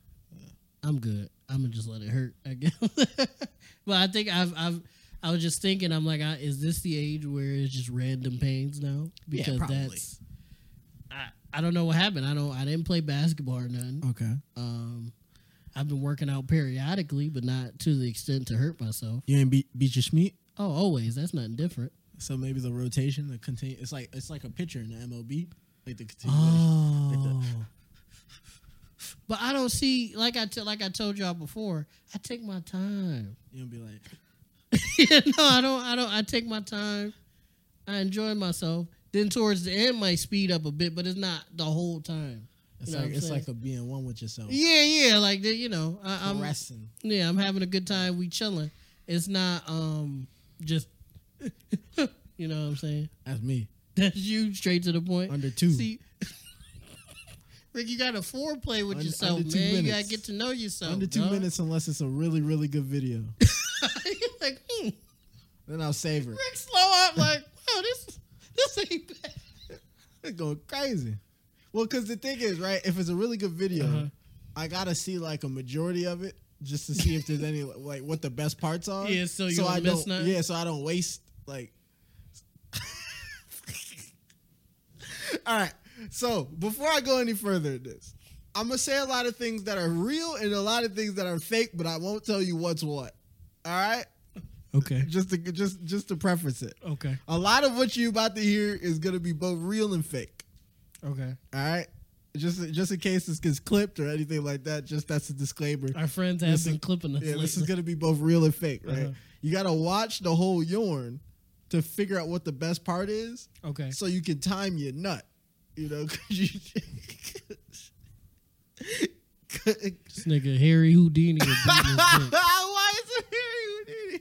I'm good. I'm gonna just let it hurt. I guess. but I think I've I've I was just thinking. I'm like, I, is this the age where it's just random pains now? Because probably. that's. I I don't know what happened. I don't. I didn't play basketball or nothing. Okay. Um, I've been working out periodically, but not to the extent to hurt myself. You ain't beat beat your schmeat, Oh, always. That's nothing different. so maybe the rotation, the continue. It's like it's like a pitcher in the MLB, like the continuation. Oh. But I don't see like I t- like I told y'all before. I take my time. You'll be like, yeah, no, I don't. I don't. I take my time. I enjoy myself. Then towards the end, might speed up a bit, but it's not the whole time. it's You know like what I'm it's saying? like a being one with yourself. Yeah, yeah. Like the- you know, I, I'm Resting. yeah, I'm having a good time. We chilling. It's not um just you know what I'm saying. That's me. That's you straight to the point. Under two. See, Rick, you got to foreplay with Under- yourself, under two man. You got to minutes. get to know yourself. Under two dog. minutes, unless it's a really really good video, You're like, hmm, then I'll savor it. Rick, slow up. Like, wow, this this ain't bad. It's going crazy. Well, because the thing is, right? If it's a really good video, Uh-huh. I gotta see like a majority of it just to see if there's any like what the best parts are. Yeah, so you don't I miss don't. nothing? Yeah, so I don't waste like. All right. So before I go any further in this, I'm gonna say a lot of things that are real and a lot of things that are fake, but I won't tell you what's what. All right. Okay. Just to just just to preface it, Okay. a lot of what you about to hear is gonna be both real and fake. Okay. All right. Just just in case this gets clipped or anything like that, just that's a disclaimer. Our friends have This been is- clipping us. Yeah, this is lately. gonna be both real and fake, right? Uh-huh. You gotta watch the whole yarn to figure out what the best part is, Okay. so you can time your nut. You know, 'cause you. This nigga Harry Houdini will beat this dick. Why is it here?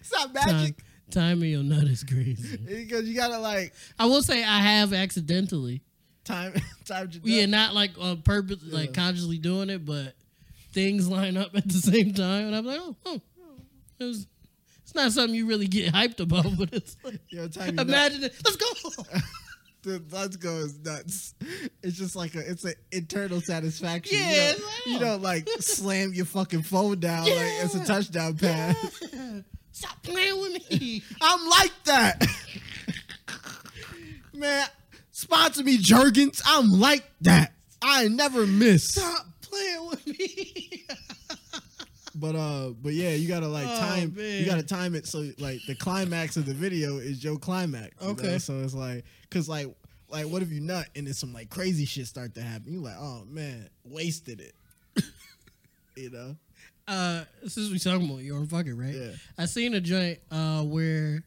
It's not Time, magic. time of your nut is crazy. Because you gotta like I will say I have accidentally. time time your nut. Yeah, not like on purpose, like Yeah. consciously doing it, but things line up at the same time, and I'm like, oh, huh. it was, it's not something you really get hyped about, but it's like, You know, time your nut. imagine it. Let's go. the let's go is nuts. It's just like a it's an internal satisfaction. Yeah, you, know, it's like, you don't like slam your fucking phone down like it's a Yeah. touchdown pass. Stop playing with me. I'm like that. Man, sponsor me, Jergens. I'm like that. I never miss. Stop playing with me. But uh, but yeah, you gotta like Oh, time. man. You gotta time it so like the climax of the video is your climax. you know? Okay. So it's like, cause like, like what if you nut and then some like crazy shit start to happen? You like, oh man, wasted it. you know. uh since we talking about your fucking right Yeah. i seen a joint uh where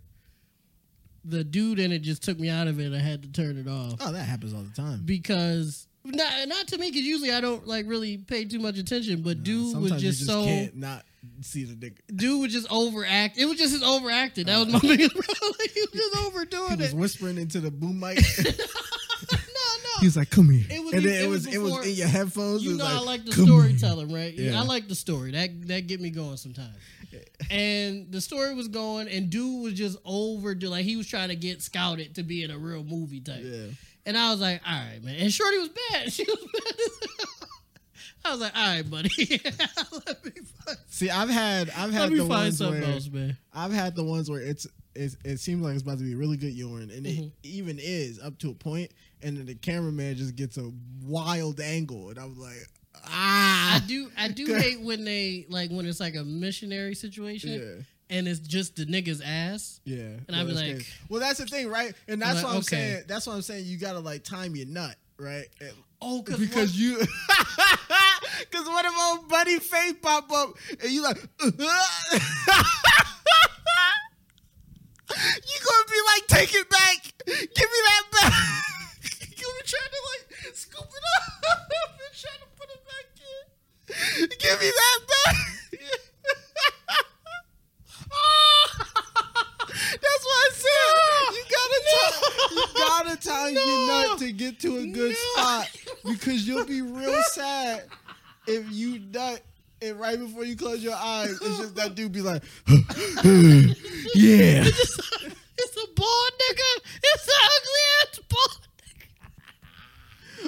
the dude in it just took me out of it i had to turn it off Oh, that happens all the time. because not, not to me because usually i don't like really pay too much attention but dude was Sometimes just, you just so can't not see the nigga. dude was just overact it was just his overacting that was my biggest problem he was just overdoing He Uh. was it whispering into the boom mic. no He was like, "Come here," It was and e- then it it was was it was before- in your headphones. You It was know, I like the "Come here." storyteller, right? Yeah. I like the story. That that get me going sometimes. And the story was going, and dude was just overdo. Like he was trying to get scouted to be in a real movie type. Yeah. And I was like, all right, man. And Shorty was bad. She was bad. as hell. I was like, all right, buddy. let me find, See, I've had I've had let me the find ones something where else, man. I've had the ones where it's it, it seems like it's about to be really good urine, and Mhm. it even is up to a point, and then the cameraman just gets a wild angle, and I'm like, I ah, do. I do hate when they like when it's like a missionary situation, yeah. and it's just the nigga's ass. Yeah, And I'd be that's like- crazy. well, that's the thing, right? And that's like, what I'm okay. saying. That's what I'm saying. You gotta like time your nut, right? And- Oh, because you, because what if old buddy face pop up and you like, you gonna be like, take it back, give me that back. you be trying to like scoop it up, and trying to put it back in. Give me that back. That's why I said you gotta time, you gotta time your nut to get to a good spot because you'll be real sad if you nut and right before you close your eyes, it's just that dude be like, yeah, It's a bald nigga. It's an ugly ass bald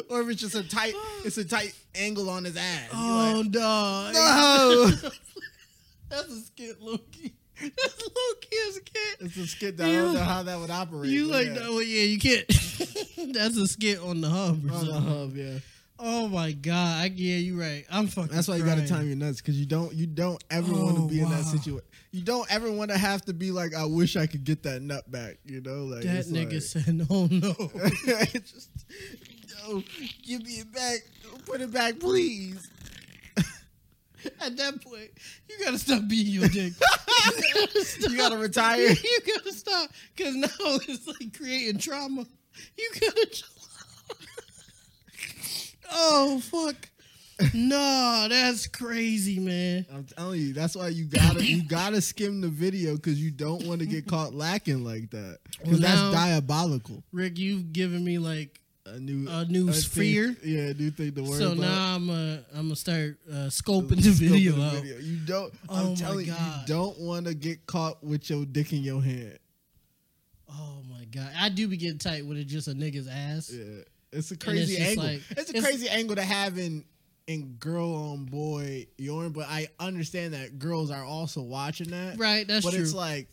nigga. or if it's just a tight, it's a tight angle on his ass. You're Oh like, no. no, That's a skit, Loki. That's Loki as a kid. it's a skit that I don't You- know how that would operate. You but like yeah. that one? Yeah, you can't. That's a skit on the hub. Or on something. the hub, yeah. Oh my god! I, yeah, you're right. I'm fucking. That's why you got gotta time your nuts because you don't you don't ever want Oh, to be in that wow. situation. You don't ever want to have to be like, I wish I could get that nut back. You know, like That it's nigga like- said, "Oh no." It's just, no, give me it back. Put it back, please. At that point, you gotta stop beating your dick. you gotta stop. You gotta retire. You gotta stop because now it's like creating trauma. You gotta. chill out. oh fuck! No, that's crazy, man. I'm telling you, that's why you gotta you gotta skim the video because you don't want to get caught lacking like that. Well, Because now- that's diabolical. Rick, you've given me like A new a new thing- sphere. yeah, a new thing to worry so about. now I'm uh, I'm gonna start uh, Scope scoping the video the out. video. You don't. Oh, my I'm telling you, you God. don't want to get caught with your dick in your hand. Oh my god, I do be getting tight when it's just a nigga's ass. Yeah, it's a it's crazy just angle. like- it's a it's- crazy angle to have in in girl on boy yarn, but I understand that girls are also watching that. Right, that's but true. it's like.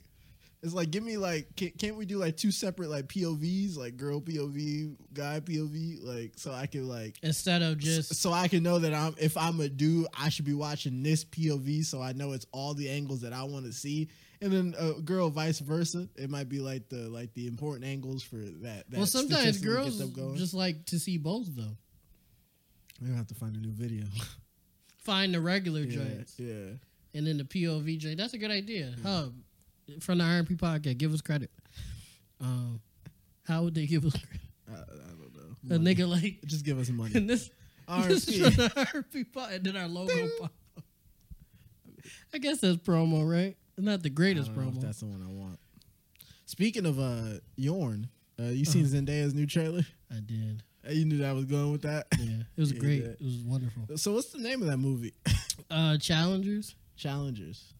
It's like give me like can, can't we do like two separate like POVs like girl POV guy POV like so I can like Instead of just so I can know that I'm if I'm a dude, I should be watching this POV so I know it's all the angles that I want to see. And then a girl, vice versa, it might be like the like the important angles for that. that well, sometimes statistically get girls them going. just like to see both though. we gonna have to find a new video. Find the regular yeah, joints yeah. and then the POV joint. That's a good idea. Mm. Hub from the RMP podcast, give us credit. Um, how would they give us credit? I, I don't know. a nigga like Just give us money. and this? This is from RP. the RMP podcast, and then our logo pop up. I guess that's promo, right? Not the greatest promo. That's the one I want. Speaking of uh Yorn, uh, you seen Uh-huh. Zendaya's new trailer? I did. Uh, You knew that I was going with that. Yeah, it was Yeah, great. yeah. It was wonderful. So what's the name of that movie? Uh, challengers. Challengers.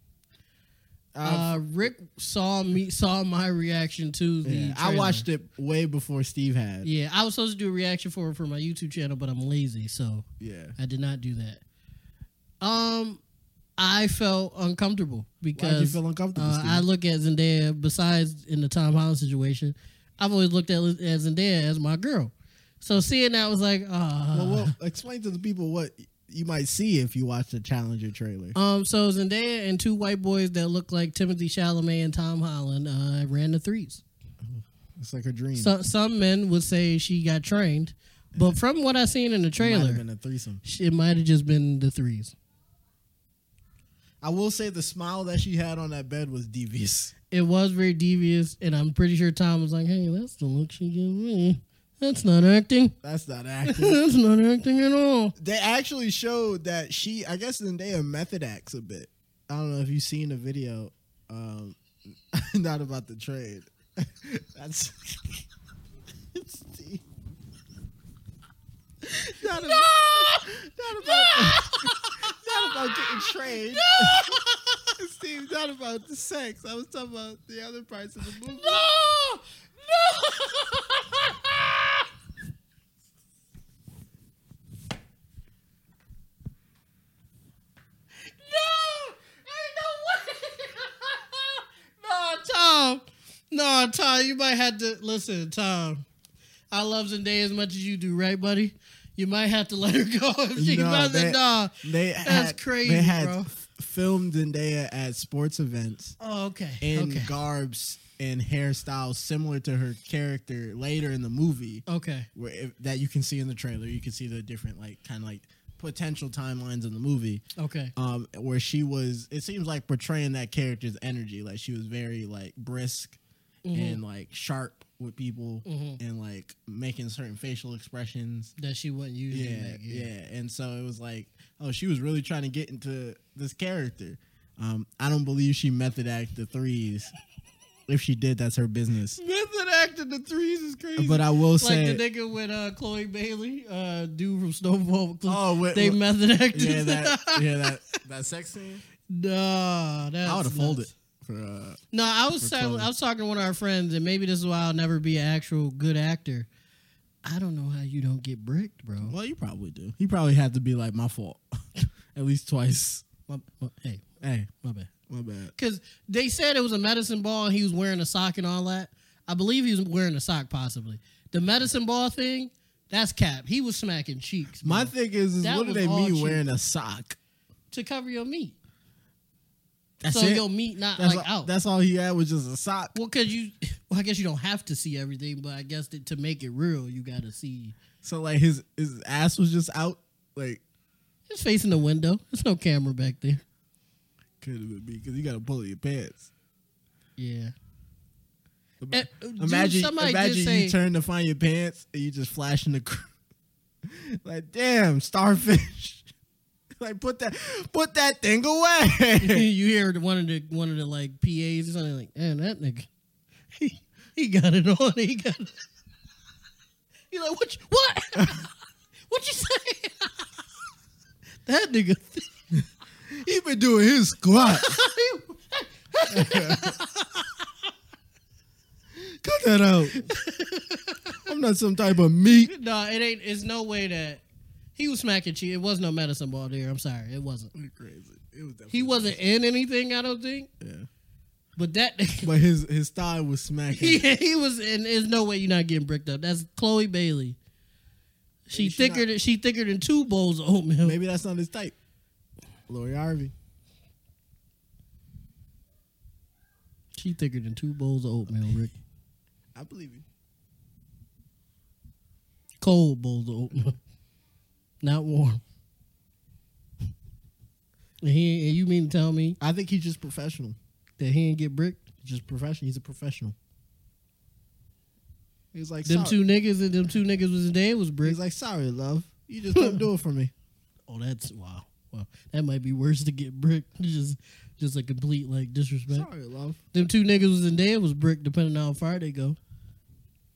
Uh, Uh, Rick saw me saw my reaction to the. Yeah, I trailer. watched it way before Steve had. Yeah, I was supposed to do a reaction for it for my YouTube channel, but I'm lazy, so Yeah. I did not do that. Um, I felt uncomfortable because Why'd you feel uncomfortable? uh, Steve? I look at Zendaya. Besides in the Tom Holland situation, I've always looked at, at Zendaya as my girl. So seeing that was like, ah. well, well, explain to the people what you might see if you watch the Challenger trailer. Um, so Zendaya and two white boys that look like Timothy Chalamet and Tom Holland uh, ran the threes. It's like a dream. So, some men would say she got trained, but from what I seen in the It might trailer, have been a threesome. she- it might have just been the threes. I will say the smile that she had on that bed was devious. It was very devious, and I'm pretty sure Tom was like, "Hey, that's the look she gave me. That's not acting. That's not acting. that's not acting at all." they actually showed that she, I guess, Zendaya method acts a bit. I don't know if you've seen the video. Um, not about the trade. That's. it's Steve. Not about, not about, not about getting trained. Steve, not about the sex. I was talking about the other parts of the movie. No! No! Tom, No, Tom, you might have to listen, Tom. I love Zendaya as much as you do, right, buddy? You might have to let her go if she No, doesn't. that- nah. They That's had, crazy, They had bro. f- filmed Zendaya at sports events Oh, okay. in okay. garbs and hairstyles similar to her character later in the movie. okay. where if, that you can see in the trailer. You can see the different like kind of like potential timelines in the movie. Okay. Um, where she was, it seems like portraying that character's energy. Like she was very like brisk Mm-hmm. and like sharp with people, and like making certain facial expressions. That she wasn't using Yeah, that. yeah, And so it was like, oh, she was really trying to get into this character. Um, I don't believe she method act the threes. If she did, that's her business. Method acting the threes is crazy. But I will say, like the nigga with uh, Chloe Bailey, uh, dude from Snowball. Oh, wait, they wait. method acted. yeah, that, yeah, that, that sex scene. nah, that's I would have nuts. folded. For, uh, No, I was tell- I was talking to one of our friends, and maybe this is why I'll never be an actual good actor. I don't know how you don't get bricked, bro. well, you probably do. You probably have to be like my fault, at least twice. My- my- hey, Hey, my bad. my bad. Because they said it was a medicine ball, and he was wearing a sock and all that. I believe he was wearing a sock, possibly. The medicine ball thing, that's cap. He was smacking cheeks. bro, My thing is, is That what do was they all mean cheap. wearing a sock? to cover your meat. That's so it. your meat not that's, like oh. all, out. that's all he had was just a sock. Well, cause you, well, I guess you don't have to see everything, but I guess that to make it real, you got to see So like his his ass was just out. Like his face in the window. There's no camera back there. could have been because you got to pull your pants. Yeah. Eh, dude, Imagine, somebody did imagine you say- turn to find your pants and you just flash in the cr- like, damn starfish. like put that put that thing away. you hear one of the one of the like PAs or something like, man, that nigga, he, he got it on. He got. It. You're like, what? You, what? what you say? that nigga. he been doing his squat. Cut that out. I'm not some type of meat. no, it ain't. It's no way that he was smacking cheek. It was no medicine ball there. I'm sorry, it wasn't. Crazy. It was He wasn't in anything, I don't think. Yeah. But that But his his thigh was he, smacking. he was in. There's no way you're not getting bricked up. That's Chloe Bailey. She Maybe she thicker not- than she thicker than two bowls of oatmeal. Maybe that's not his type. Lori Harvey. She thicker than two bowls of oatmeal, Rick. I believe you. Cold bowls of oatmeal, not warm. And he and you mean to tell me I think he's just professional. that he didn't get bricked? He's just professional. He's a professional. He's like Them sorry. two niggas and them two niggas was today was He's bricked. like sorry, love. You just don't do it for me. oh, that's wow, wow. That might be worse to get bricked. Just, just a complete like disrespect. Sorry, love. Them two niggas was in there was brick, depending on how far they go.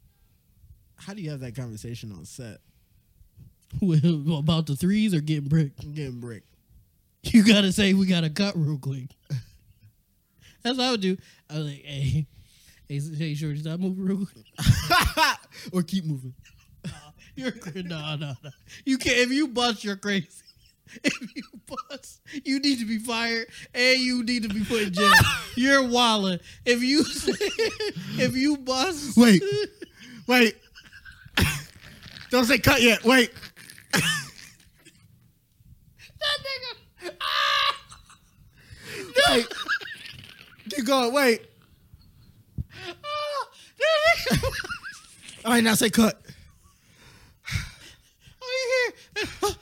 How do you have that conversation on set? Well, About the threes or getting brick. I'm getting bricked. You gotta say we gotta cut real quick. That's what I would do. I was like, hey, hey, hey Shorty, stop moving real quick. or keep moving. You're cra- no, no, no. You can't. If you bust, you're crazy. If you bust, you need to be fired and you need to be put in jail. You're wildin'. If you if you bust, Wait. Wait. don't say cut yet. Wait. that nigga. Ah! Wait. Keep going. Wait. ah, that nigga. All right, now say cut. Oh, you here?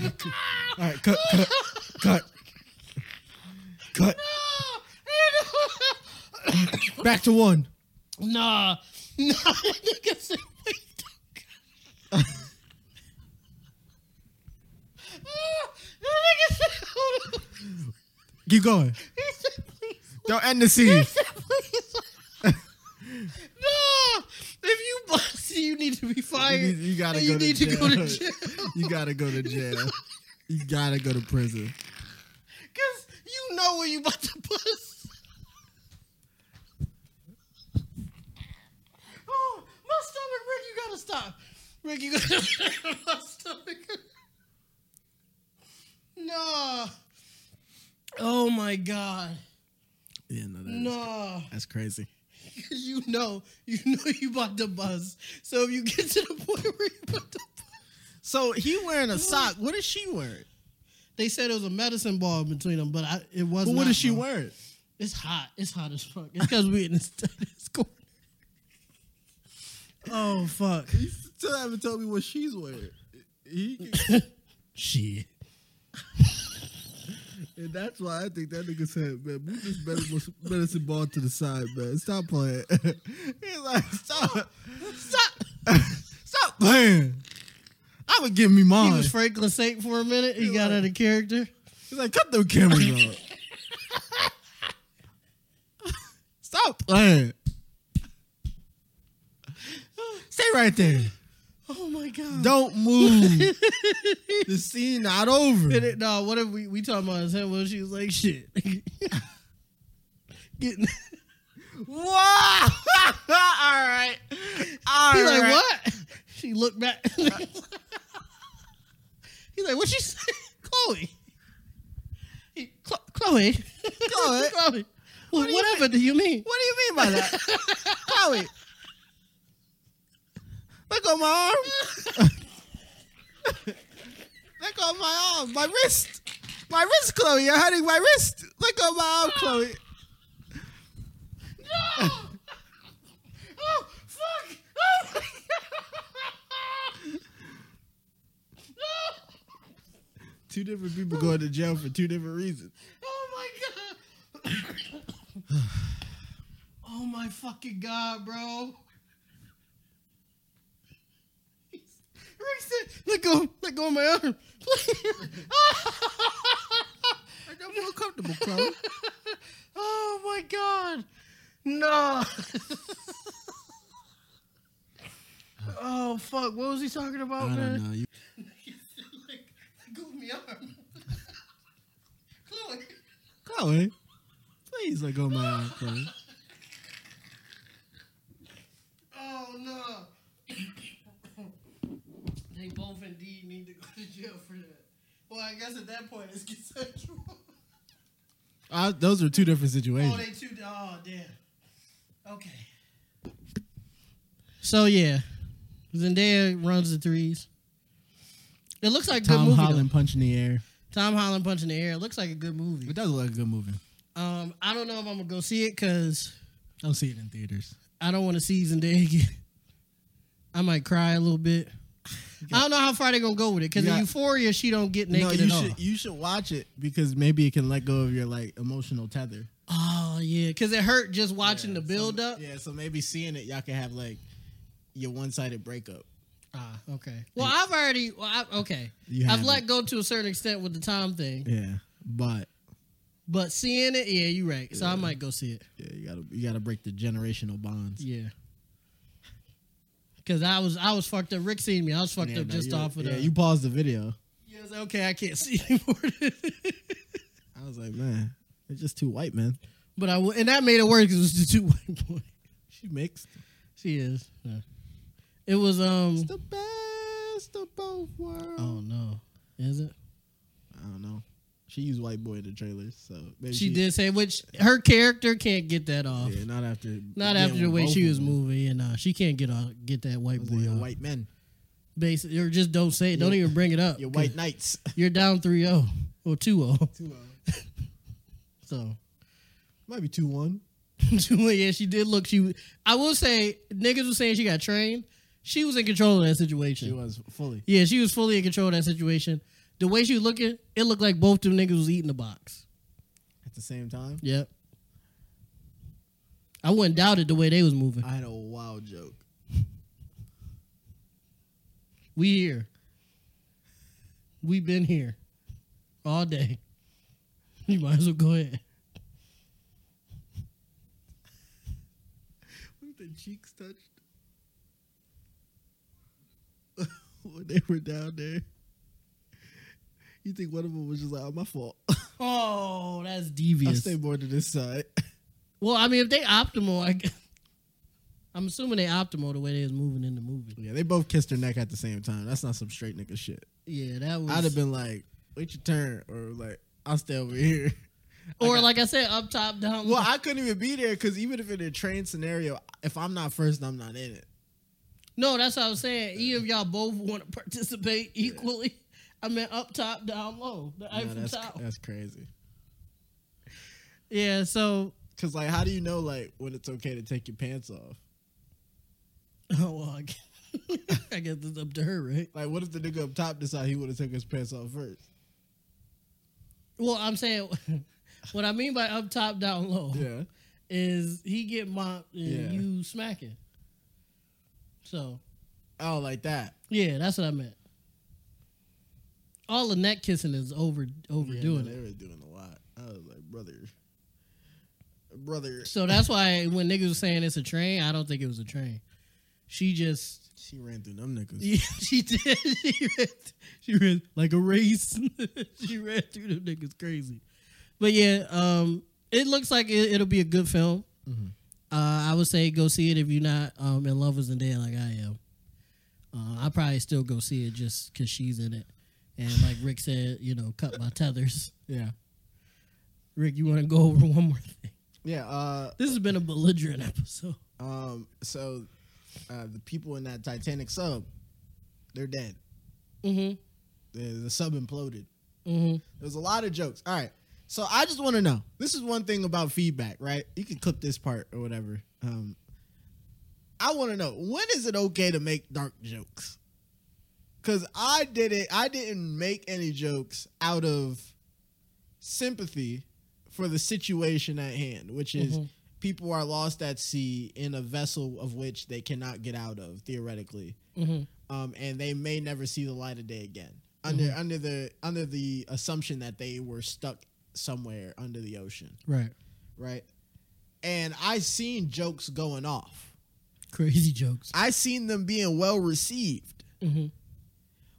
All right, cut, cut, cut, cut. Back to one. Nah, nah. That nigga said, wait. Ah, that nigga said, hold on. Keep going. He said, please Don't end the scene. No, if you bust, you need to be fired. You, you gotta and go you to need jail. to go to jail you gotta go to jail. You gotta go to prison. because you know when you about to bust. oh, my stomach, Rick! You gotta stop, Rick. You gotta my stomach. No. Oh my God. Yeah, no, that is- No. that's crazy. Because you know, you know you about to bust. So if you get to the point where you about to bust, So he wearing a sock. What is she wearing? they said it was a medicine ball between them, but I, it But wasn't. what is she wearing? It's hot. It's hot as fuck. It's because we in this, this corner. Oh fuck. You still haven't told me what she's wearing. He, Shit. and that's why I think that nigga said, man, move this medicine, medicine ball to the side, man. Stop playing. He's like, stop. Stop. Stop playing. I would give me He mine. was Franklin Saint for a minute. He got out of character. He's like, cut the cameras off. Stop playing. Stay right there. Oh my god. Don't move. the scene not over. And it, nah, what if we we talking about his head when she was like shit. Getting Whoa! All right. All He's like, right. what? She looked back. He's like, what she say? Chloe. He, Chlo- Chloe. Chloe? Chloe. What whatever do you mean? What do you mean by that? Chloe. Look on my arm. Look on my arm. My wrist. My wrist, Chloe. You're hurting my wrist. Look on my arm, Chloe. Oh, fuck. Oh, my Two different people going to jail for two different reasons. Oh my god. oh my fucking god, bro. Rick said, let go, let go of my arm. I don't feel comfortable, Chloe. oh my god. No. oh fuck, what was he talking about, man? know. You- like, go me arm. Chloe. Chloe. Please let go of my arm, Chloe. Oh no. they both indeed need to go to jail for that. Well, I guess at that point it's consensual. Uh, those are two different oh, situations. they too. Oh, damn. Okay. So yeah, Zendaya runs the threes. It looks like a good Tom movie. though. Holland punch in the air. Tom Holland punch in the air. It looks like a good movie. It does look like a good movie. Um, I don't know if I'm gonna go see it because Don't see it in theaters. I don't want to see Zendaya again. I might cry a little bit. I don't know how far they're gonna go with it because You in got- Euphoria she don't get No, naked you at all. should you should watch it because maybe it can let go of your like emotional tether. Oh yeah, because it hurt just watching the build up. Yeah, so maybe seeing it, y'all can have like your one sided breakup. Ah, okay. Well, I've already. Well, I, okay, You I've have let go to a certain extent with the Tom thing, Yeah, but but seeing it, yeah, you're right. So I might go see it. yeah, you gotta you gotta break the generational bonds. Yeah. Cause I was I was fucked up. Rick seen me. I was fucked Yeah, up no, just you- off of yeah, the. you paused the video. Yeah, I was like, okay, I can't see anymore. I was like, man, it's just too white, man. but I w- and that made it worse because it was the two white boys. She mixed She is. Yeah. It was um. the best of both worlds. Oh no, is it? I don't know. She used white boy in the trailer, so maybe She did say which her character can't get that off. Yeah, not after Not yeah, after the way both she of was them. moving, and uh, she can't get off, get that white Those boy are your off. white men, Basically, or just don't say it. Don't Your- even bring it up. your 'cause white knights. You're down 3-0 or 2-0. Two one. So Might be two one. yeah, she did look. She, I will say, niggas was saying she got trained. She was in control of that situation. She was fully. Yeah, she was fully in control of that situation. The way she was looking, it looked like both them niggas was eating the box. At the same time, Yep. I wouldn't doubt it the way they was moving. I had a wild joke. We here. We been here all day. You might as well go ahead. their cheeks touched when they were down there. You think one of them was just like, oh, "My fault. Oh, that's I devious. stay more to this side." Well, I mean, if they optimal, I, gu- I'm assuming they optimal the way they was moving in the movie. yeah, they both kissed her neck at the same time. That's not some straight nigga shit. Yeah, that was. I'd have been like, "Wait your turn," or like, "I'll stay over here." or like I said, up top, down. Well, low. I couldn't even be there because even if in a train scenario, if I'm not first, I'm not in it. no, that's what I was saying. Either of y'all both want to participate equally. I mean, up top, down low, the No, Eiffel that's uh, Tower. that's crazy. Yeah, so Cause like, how do you know like when it's okay to take your pants off? oh, well, I, guess, I guess it's up to her, right? Like, what if the nigga up top decide he would have took his pants off first? Well, I'm saying what I mean by up top, down low Yeah, is he get mopped and Yeah. you smacking. So oh, like that. Yeah, that's what I meant. All the neck kissing is over overdoing it. Yeah, no, They were doing a lot. I was like, brother, brother. So that's why when niggas was saying it's a train, I don't think it was a train. She just She ran through them niggas. yeah, she did. She ran, she ran like a race. she ran through them niggas crazy. But yeah, um, it looks like it, it'll be a good film. Uh, I would say go see it if you're not um, in love with Zendaya like I am. Uh, I probably still go see it just because she's in it. And like Rick said, you know, cut my tethers. Yeah, Rick, you want to go over one more thing? yeah. Uh, This has been a belligerent episode. um. So, uh, the people in that Titanic sub, they're dead. Mm-hmm. The, the sub imploded. Mm-hmm. There's a lot of jokes. All right. So I just want to know. This is one thing about feedback, right? You can clip this part or whatever. Um, I want to know when is it okay to make dark jokes? Cause I did it. I didn't make any jokes out of sympathy for the situation at hand, which is Mhm. people are lost at sea in a vessel of which they cannot get out of theoretically Mm-hmm. um, and they may never see the light of day again under under the under the assumption that they were stuck somewhere under the ocean, Right. right? And I seen jokes going off. Crazy jokes. I seen them being well received, Mm-hmm.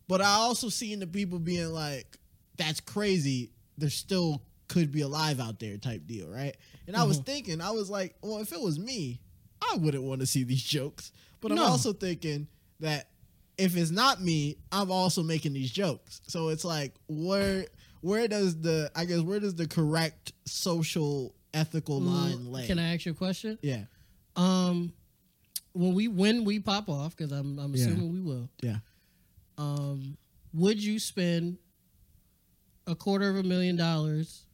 but I also seen the people being like, "That's crazy." There still could be alive out there, type deal, right? And I Mm-hmm. was thinking, I was like, "Well, if it was me, I wouldn't want to see these jokes." But No. I'm also thinking that if it's not me, I'm also making these jokes. So it's like where where does the I guess where does the correct social ethical line lay? Mm, Can I ask you a question? Yeah, Um, when we when we pop off, because I'm I'm Yeah. assuming we will. yeah. Um, would you spend a quarter of a million dollars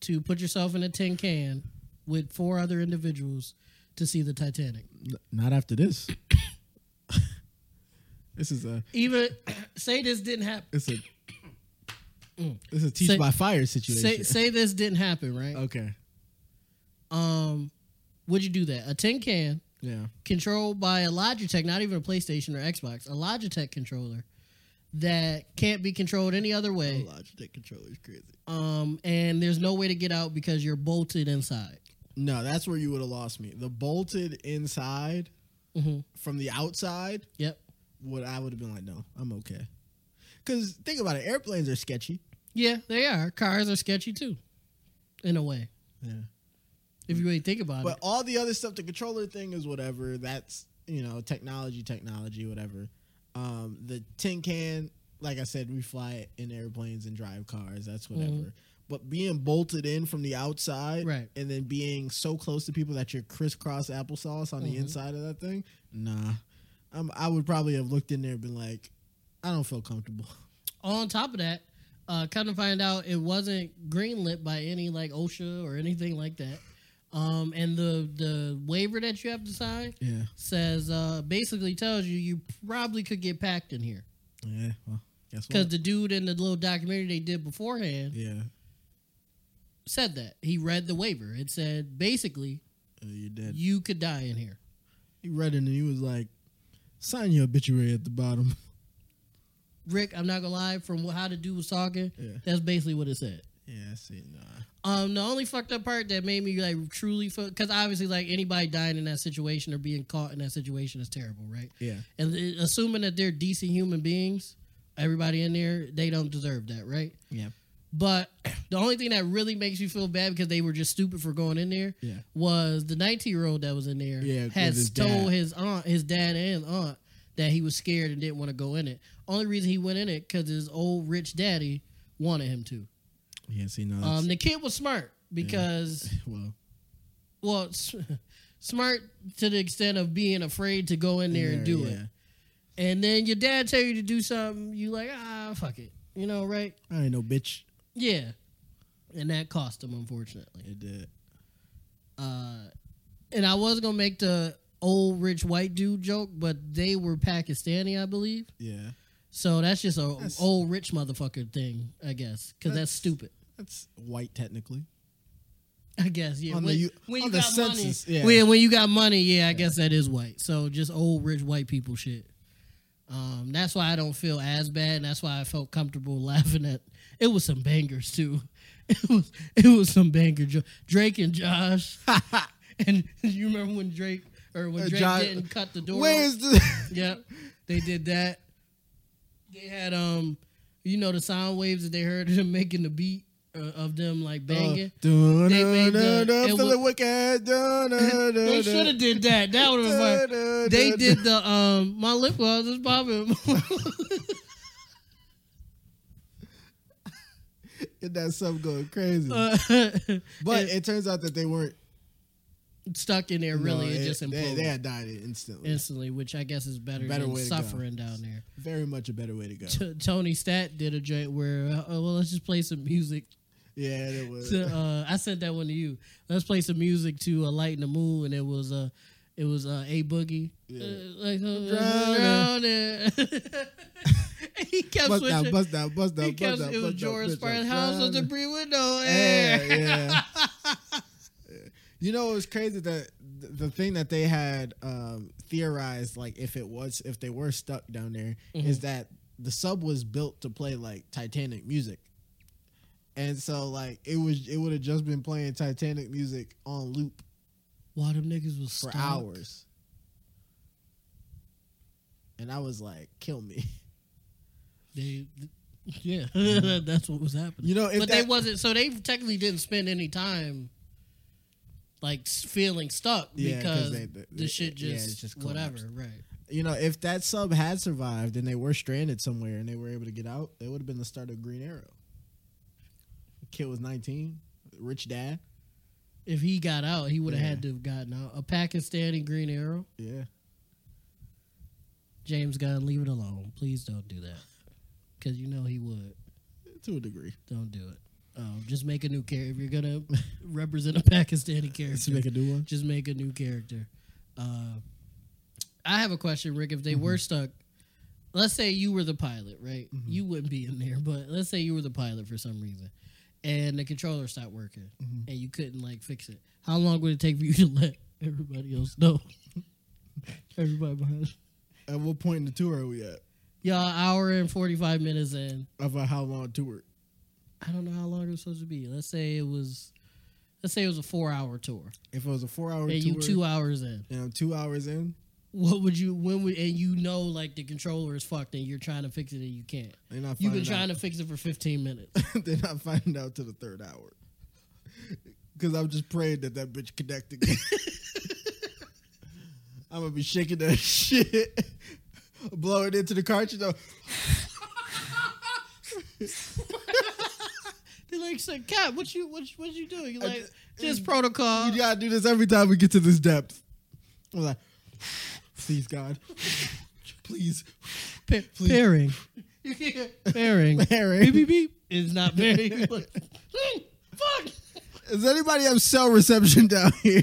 to put yourself in a tin can with four other individuals to see the Titanic? Not after this. this is a Even say this didn't happen. it's a it's a teach Say- by fire situation. Say say this didn't happen, right? okay. Um, would you do that? A tin can Yeah. controlled by a Logitech, not even a PlayStation or Xbox, a Logitech controller that can't be controlled any other way. Logitech controller is crazy. Um, and there's no way to get out because you're bolted inside. No, that's where you would have lost me. The bolted inside Mhm. from the outside, Yep. what I would have been like, no, I'm okay. Cause think about it, airplanes are sketchy. Yeah, they are. Cars are sketchy too, in a way. Yeah. If you really think about it. But all the other stuff, the controller thing is whatever. That's you know technology, technology, whatever. Um, the tin can, like I said, we fly in airplanes and drive cars. That's Mm-hmm. whatever. But being bolted in from the outside, Right. and then being so close to people that you're crisscross applesauce on Mm-hmm. the inside of that thing, nah. Um, I would probably have looked in there and been like, I don't feel comfortable. On top of that, uh, come to find out, it wasn't greenlit by any like OSHA or anything like that. Um, and the the waiver that you have to sign Yeah, says uh, basically tells you you probably could get packed in here yeah. Well, guess because what? the dude in the little documentary they did beforehand yeah, said that he read the waiver. It said basically uh, you're dead. you could die in here. He read it and he was like, sign your obituary at the bottom. Rick, I'm not gonna lie. From what, how the dude was talking, Yeah. that's basically what it said. Yeah, Yeah, I see. Nah. Um, the only fucked up part that made me like truly fuck because obviously like anybody dying in that situation or being caught in that situation is terrible, right? Yeah. And uh, assuming that they're decent human beings, everybody in there, they don't deserve that, right? Yeah. But the only thing that really makes you feel bad because they were just stupid for going in there Yeah. was the 19 year old that was in there Yeah, had with his told dad. his aunt, his dad and aunt that he was scared and didn't want to go in it. Only reason he went in it because his old rich daddy wanted him to. Yeah, see, no. Um, that's- the kid was smart because well, well, s- smart to the extent of being afraid to go in there and do it. And then your dad tell you to do something, you like ah fuck it, you know right? I ain't no bitch. Yeah, and that cost him unfortunately. It did. Uh, and I was gonna make the old rich white dude joke, but they were Pakistani, I believe. Yeah. So that's just a That's- old rich motherfucker thing, I guess, because that's, That's- stupid. That's white, technically. I guess yeah. On the when, U- when on you the got census, money, yeah. when, when you got money, yeah, I guess that is white. So just old rich white people shit. Um, that's why I don't feel as bad, and that's why I felt comfortable laughing at. It was some bangers too. It was it was some banger. Jo- Drake and Josh, and you remember when Drake or when Uh, Drake Josh- didn't cut the door? Where's the. Yep, they did that. They had um, you know the sound waves that they heard them making the beat uh, of them Oh, like banging. Dun, They made dun, the- dun, dun, it was- feeling wicked. Dun, dun, dun, they dun. should have did that. That would have been. Dun, dun, They dun, did dun. the um. My lip gloss is popping. And that stuff going crazy. Uh, but it, turns out that they weren't. stuck in there, really, no, it, just they, imploded they had died instantly. instantly, which I guess is better, Better than way to go. suffering down there. Very much a better way to go. T- Tony Stat did a joint where, uh, oh, well, let's just play some music. Yeah, it was. To, uh, I sent that one to you. Let's play some music to uh, lighten the mood, and it was uh, it was uh, a boogie. Yeah. Uh, like uh, Drowning. drowning. he kept Bust switching. down, bust down, bust down, He bust kept, down. it was bust down, George bitch, I'm Spartan's house with drowning. debris with no Yeah, air. yeah. You know, it was crazy that th- the thing that they had um, theorized, like if it was, if they were stuck down there, is Mm-hmm. that the sub was built to play like Titanic music, and so like it was, it would have just been playing Titanic music on loop Why them niggas was for stuck. hours. And I was like, "Kill me!" They, yeah, that's what was happening. You know, if Mm-hmm. but they that- wasn't. So they technically didn't spend any time like s- feeling stuck Yeah, 'cause because they- they- the shit yeah, it just, just whatever, collapsed. right? You know, if that sub had survived and they were stranded somewhere and they were able to get out, it would have been the start of Green Arrow. Kid was nineteen, rich dad. If he got out, he would have Yeah. had to have gotten out. A Pakistani Green Arrow, Yeah. James Gunn, leave it alone. Please don't do that because you know he would. to a degree. Don't do it. Um, just make a new character. If you're gonna represent a Pakistani Let's character, make a new one. just make a new character. Uh, I have a question, Rick. If they Mm-hmm. were stuck, let's say you were the pilot, right? You wouldn't be in there, but let's say you were the pilot for some reason, and the controller stopped working, Mm-hmm. and you couldn't like fix it. How long would it take for you to let everybody else know? everybody behind. At what point in the tour are we at? Y'all, hour and forty five minutes in. About how long tour? I don't know how long it was supposed to be. Let's say it was, let's say it was a four hour tour, If it was a four hour and tour, you two hours in. and I'm two hours in, What would you when would and you know like the controller is fucked and you're trying to fix it and you can't. they're not. You've been trying finding to fix it for fifteen minutes. out. they're not finding out to the third hour. Because I'm just praying that that bitch connect again. I'm gonna be shaking that shit, blowing into the cartridge. though. They're like, "So, "Cat, what you what you, what you doing?" You're I like, just- "Just protocol." You gotta do this every time we get to this depth. I'm like, please God, please, Pa- please. pairing." pairing. Harry. Beep beep beep is not very. Like, "Hmm, fuck. Does anybody have cell reception down here?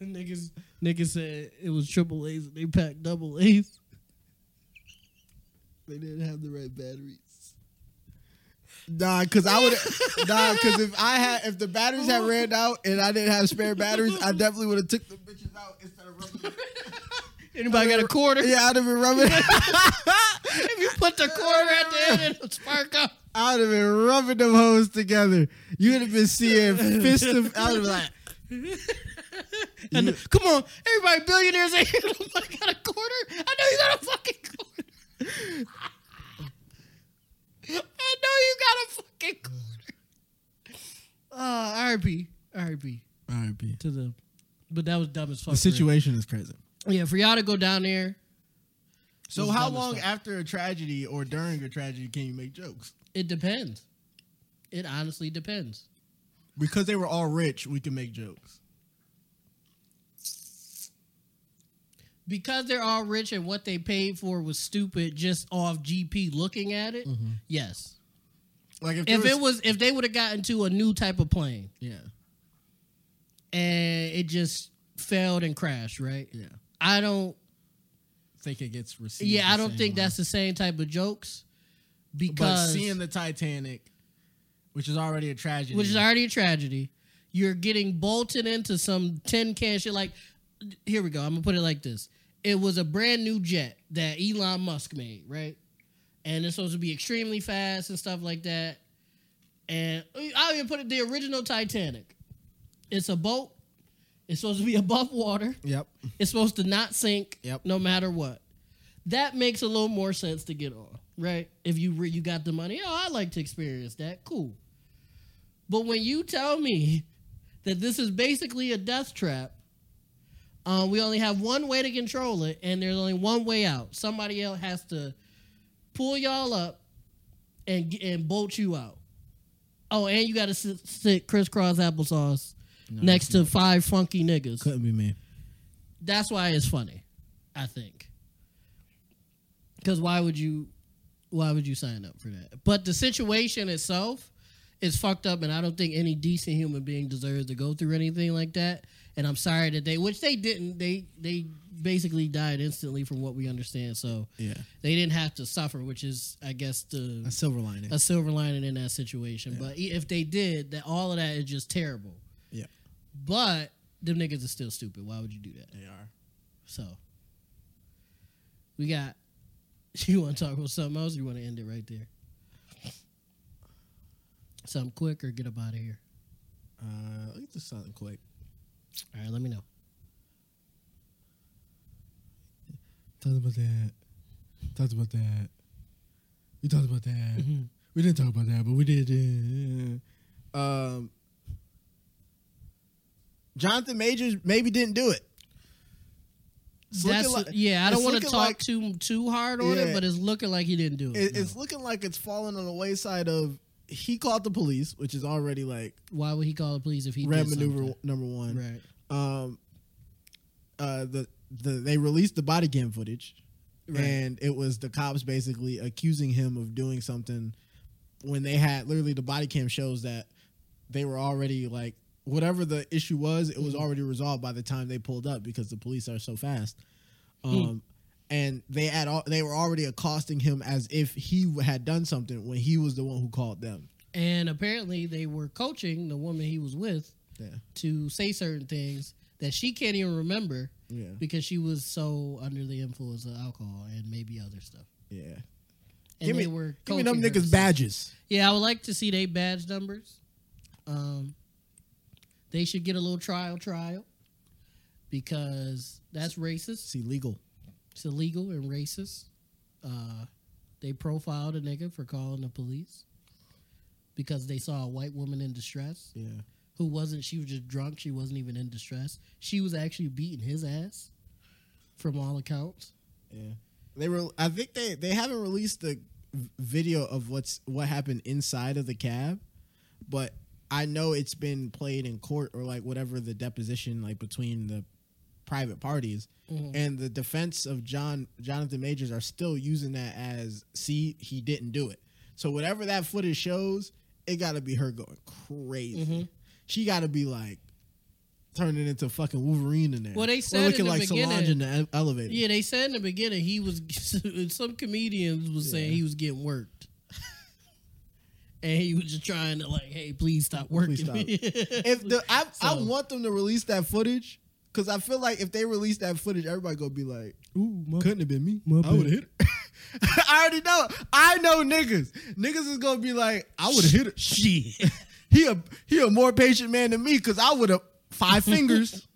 And niggas, niggas said it was triple A's and they packed double A's. They didn't have the right batteries. Nah, cause I would. nah, cause if I had, if the batteries had ran out and I didn't have spare batteries, I definitely would have took the bitches out instead of rubbing. Anybody got a quarter? Yeah, I'd have been rubbing. If you put the quarter at the end, it'll spark up. I'd have been rubbing them hoes together. You'd have been seeing fist of. I'd have been like, And come on, everybody billionaires ain't here. Nobody got a quarter. I know you got a fucking quarter. I know you got a fucking quarter. Uh, RIP, RIP R.I.P. to the. But that was dumb as fuck. The for real. situation is crazy. Yeah, for y'all to go down there, So, This how dumb as long fuck. after a tragedy or during a tragedy can you make jokes? it depends. It honestly depends. Because they were all rich, we can make jokes. because they're all rich and what they paid for was stupid just off GP looking at it. Yes. Like if, there If it was if they would have gotten to a new type of plane yeah, and it just failed and crashed, right? yeah. I don't Think it gets received. yeah, the I don't same think way. that's the same type of jokes But because seeing the Titanic, which is already a tragedy, which is already a tragedy. You're getting bolted into some tin can shit. Like, here we go. I'm gonna put it like this: It was a brand new jet that Elon Musk made, right? And it's supposed to be extremely fast and stuff like that. And I'll even put it the original Titanic. It's a boat. It's supposed to be above water. yep. It's supposed to not sink, Yep. no matter what. That makes a little more sense to get on, right? If you re- you got the money, oh, I like to experience that. Cool. But when you tell me that this is basically a death trap, uh, we only have one way to control it, and there's only one way out. Somebody else has to pull y'all up and g- and bolt you out. Oh, and you got to sit, sit crisscross applesauce next to five funky niggas Couldn't be me. that's why it's funny, I think. Because why would you, why would you sign up for that? But the situation itself is fucked up, and I don't think any decent human being deserves to go through anything like that. And I'm sorry that they, which they didn't, they they basically died instantly from what we understand. So Yeah, they didn't have to suffer, which is, I guess, the a silver lining. a silver lining in that situation. But e- if they did, that all of that is just terrible. yeah, But them niggas are still stupid. Why would you do that? they are. So we got. You want to talk about something else? Or you want to end it right there? Something quick or get up out of here. Uh, look at this something quick. All right, let me know. Talked about that. Talked about that. We talked about that. We didn't talk about that, but we did. uh, Um, Jonathan Majors maybe didn't do it. It's That's looking like- yeah. I don't it's want to looking talk like- too too hard on Yeah. it, but it's looking like he didn't do it. it- no. It's looking like it's falling on the wayside of he called the police, which is already like Why would he call the police if he red did maneuver something? number one. Right. um, uh, the the they released the body cam footage, Right. and it was the cops basically accusing him of doing something when they had literally the body cam shows that they were already like whatever the issue was, it was already resolved by the time they pulled up because the police are so fast. Um, and they had all, they were already accosting him as if he had done something when he was the one who called them. And apparently they were coaching the woman he was with Yeah, to say certain things that she can't even remember yeah, because she was so under the influence of alcohol and maybe other stuff. yeah. And Give me- they were Give me coaching them her to niggas say- badges. Yeah, I would like to see their badge numbers. Um, they should get a little trial trial because that's racist. It's illegal. It's illegal and racist. Uh, they profiled a nigga for calling the police because they saw a white woman in distress Yeah. who wasn't. She was just drunk. She wasn't even in distress. She was actually beating his ass, from all accounts. Yeah, they were. I think they they haven't released the v- video of what's what happened inside of the cab, but I know it's been played in court or like whatever the deposition like between the private parties Mm-hmm. and the defense of John Jonathan Majors are still using that as see he didn't do it. So whatever that footage shows, it got to be her going crazy. Mm-hmm. She got to be like turning into fucking Wolverine in there. Well, they Or said in looking the like Solange beginning- in the ele- elevator. Yeah, they said in the beginning he was. Some comedians was saying he was getting worked, and he was just trying to like, "Hey, please stop working." stop. me." if the I, I So- want them to release that footage Because I feel like if they release that footage, everybody gonna be like, Ooh, my, couldn't have been me. My I would have bad. hit her. I already know. I know niggas. Niggas is gonna be like, I would have hit her. shit. He a he a more patient man than me because I would have five fingers.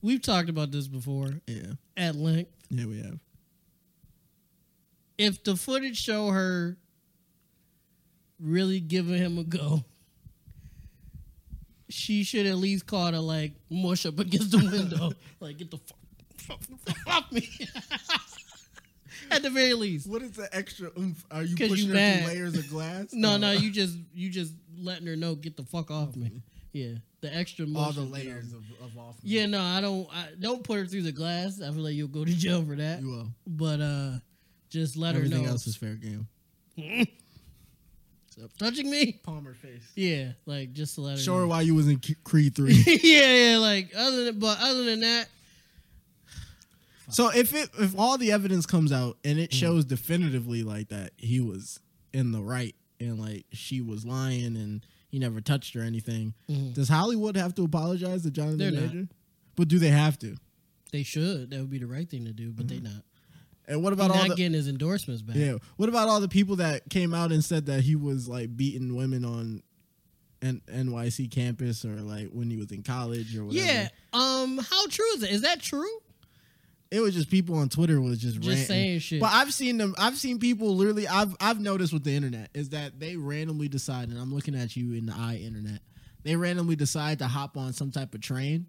We've talked about this before Yeah, at length. yeah, we have. If the footage show her really giving him a go, she should at least call to like mush up against the window, like get the fuck, fuck, fuck off me. at the very least, What is the extra oomph? Are you 'Cause you pushing her mad. through layers of glass? no, no, you just you just letting her know get the fuck off me. Yeah, the extra all motion, the you know. layers of, of off. Yeah, no, I don't. I, don't put her through the glass. I feel like you'll go to jail for that. you will. But uh, just let her Everything know. else is fair game. touching me. Palmer face. Yeah, like just to let her. Show her know. why you was in Creed three. yeah, yeah. Like other than, but other than that, So if it if all the evidence comes out and Mm. it shows definitively like that he was in the right and like she was lying and he never touched her or anything, does Hollywood have to apologize to Jonathan Mm-hmm. They're not. Major? But do they have to? they should. That would be the right thing to do. But they not. And what He Mm-hmm. about all not the getting his endorsements back. yeah? What about all the people that came out and said that he was like beating women on N- NYC campus or like when he was in college or whatever? Yeah. Um. How true is it? Is that true? It was just people on Twitter was just, Just ranting. saying shit. But I've seen them. I've seen people literally. I've I've noticed with the internet is that they randomly decide, and I'm looking at you in the eye, internet. They randomly decide to hop on some type of train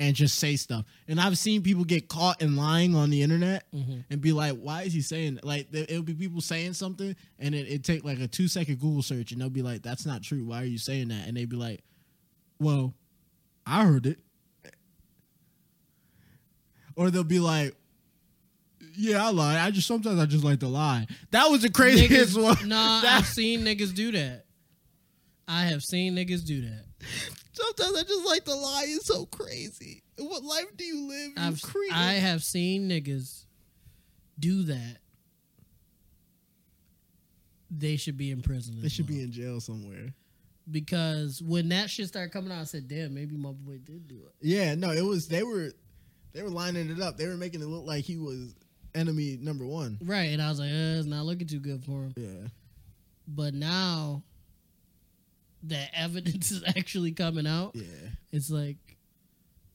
and just say stuff. And I've seen people get caught in lying on the internet Mm-hmm. and be like, "Why is he saying that?" like?" There, it'll be people saying something, and it it take like a two second Google search, and they'll be like, "That's not true. Why are you saying that?" And they'd be like, "Well, I heard it." Or they'll be like, "Yeah, I lied. I just sometimes I just like to lie." That was the craziest Niggas, one. nah, That- I've seen niggas do that. I have seen niggas do that. sometimes I just like to lie. It's so crazy. What life do you live? You I've creep. I have seen niggas do that. They should be in prison. they should be in jail somewhere. because when that shit started coming out, I said, "Damn, maybe my boy did do it." Yeah, no, it was they were they were lining it up. They were making it look like he was enemy number one. Right, and I was like, uh, "It's not looking too good for him." Yeah. But now that evidence is actually coming out, Yeah. it's like,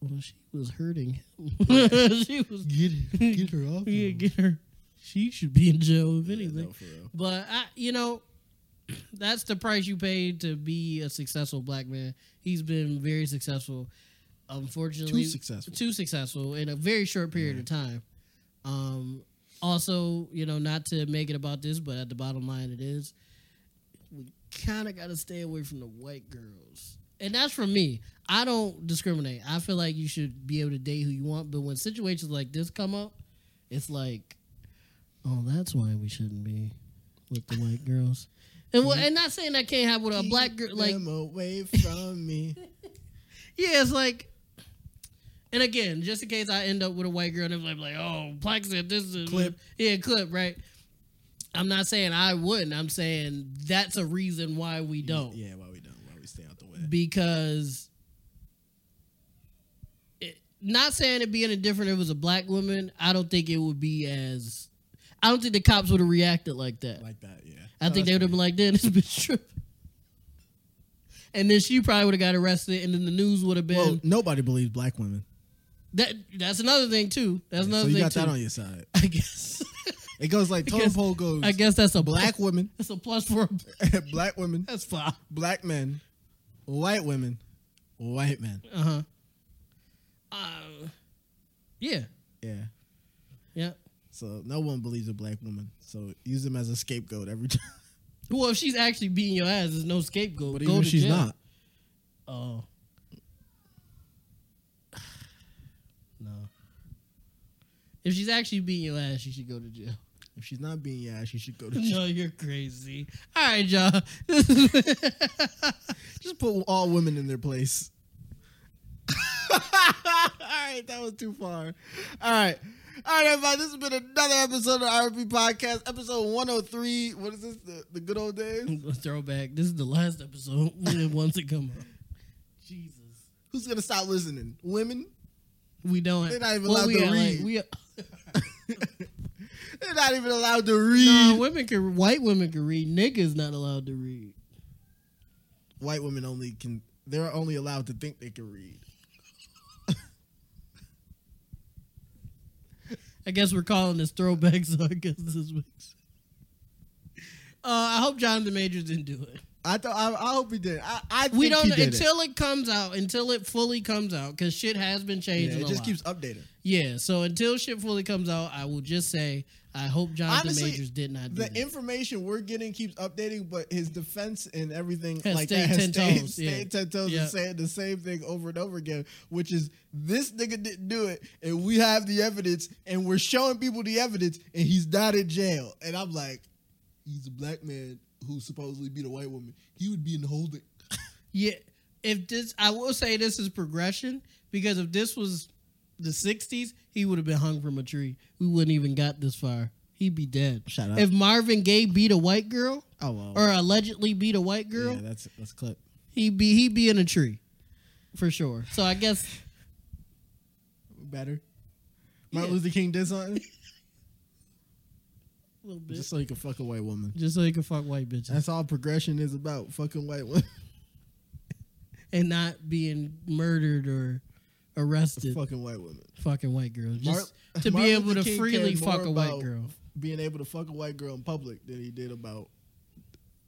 well, she was hurting him. she was Get it. Get her off. yeah, get her. She should be in jail if anything. for real. But I, you know, that's the price you paid to be a successful black man. He's been very successful. Unfortunately, Too successful. Too successful in a very short period of time. Um, also, you know, not to make it about this, but at the bottom line, it is we kind of got to stay away from the white girls. And that's for me. I don't discriminate. I feel like you should be able to date who you want, but when situations like this come up, it's like, oh, that's why we shouldn't be with the white girls. And what? And not saying that can't happen with a black girl. Like, Them away from me. yeah, it's like. And again, just in case I end up with a white girl and I'm like, like, oh, Black said this is Clip. Yeah, clip, right? I'm not saying I wouldn't. I'm saying that's a reason why we don't Yeah, why we don't? Why we stay out the way? because it, not saying it being different if it was a black woman, I don't think it would be as I don't think the cops would have reacted like that. Like that, yeah. I think they would have been like, "Damn, this bitch tripping." And then she probably would have got arrested, and then the news would have been Well, nobody believes black women. that. That's another thing too. That's So another you thing got too. that on your side. I guess. It goes like totem guess- pole goes. I guess that's a black black. women, That's a plus for. A, black women, that's five. black men, white women, white men. Uh-huh. Uh Yeah. Yeah. Yeah. So no one believes a black woman. So use them as a scapegoat every time. Well, if she's actually beating your ass, there's no scapegoat. But Go even if to she's jail. not, Oh. no. If she's actually beating your ass, she should go to jail. If she's not being your ass, you should go to jail. no, you're crazy. All right, y'all. Just put all women in their place. all right, that was too far. All right. All right, everybody. This has been another episode of the RP Podcast, episode 103. What is this? The, the good old days? Throwback. This is the last episode. Once it come up. Jesus. Who's gonna stop listening? Women? We don't. They're not even well, allowed we to at, like, read. we at- They're not even allowed to read. no, women can. White women can read. Niggas not allowed to read. White women only can. They're only allowed to think they can read. I guess we're calling this throwback sarcasm this week. Uh, I hope Jonathan Majors didn't do it. I thought. I, I hope he did. I, I We think don't he know did it. until it. comes out, until it fully comes out, because shit has been Yeah, changing. it a just lot. keeps updating. Yeah, so until shit fully comes out, I will just say I hope Jonathan Honestly, Majors did not do The that. information we're getting keeps updating, but his defense and everything Has like stayed that has 10 stayed, toes, yeah. stayed ten toes Yeah. and saying the same thing over and over again, which is this nigga didn't do it, and we have the evidence, and we're showing people the evidence, and he's not in jail. And I'm like, he's a black man who supposedly beat a white woman. He would be in holding. yeah, if this, I will say this is progression because if this was the '60s, he would have been hung from a tree. We wouldn't even got this far. He'd be dead. Shut up. If Marvin Gaye beat a white girl Oh well, or allegedly beat a white girl, that's that's clip. he'd be he'd be in a tree for sure. So I guess Better. Martin Yeah. Luther King did something a little bit, just just, so he could fuck a white woman. so he could fuck white bitches That's all progression is about: fucking white women. and not being murdered or arrested. fucking white women. fucking white girls. Mar- Just to Martin be able Luther to King freely cared more fuck a white about girl. Being able to fuck a white girl in public than he did about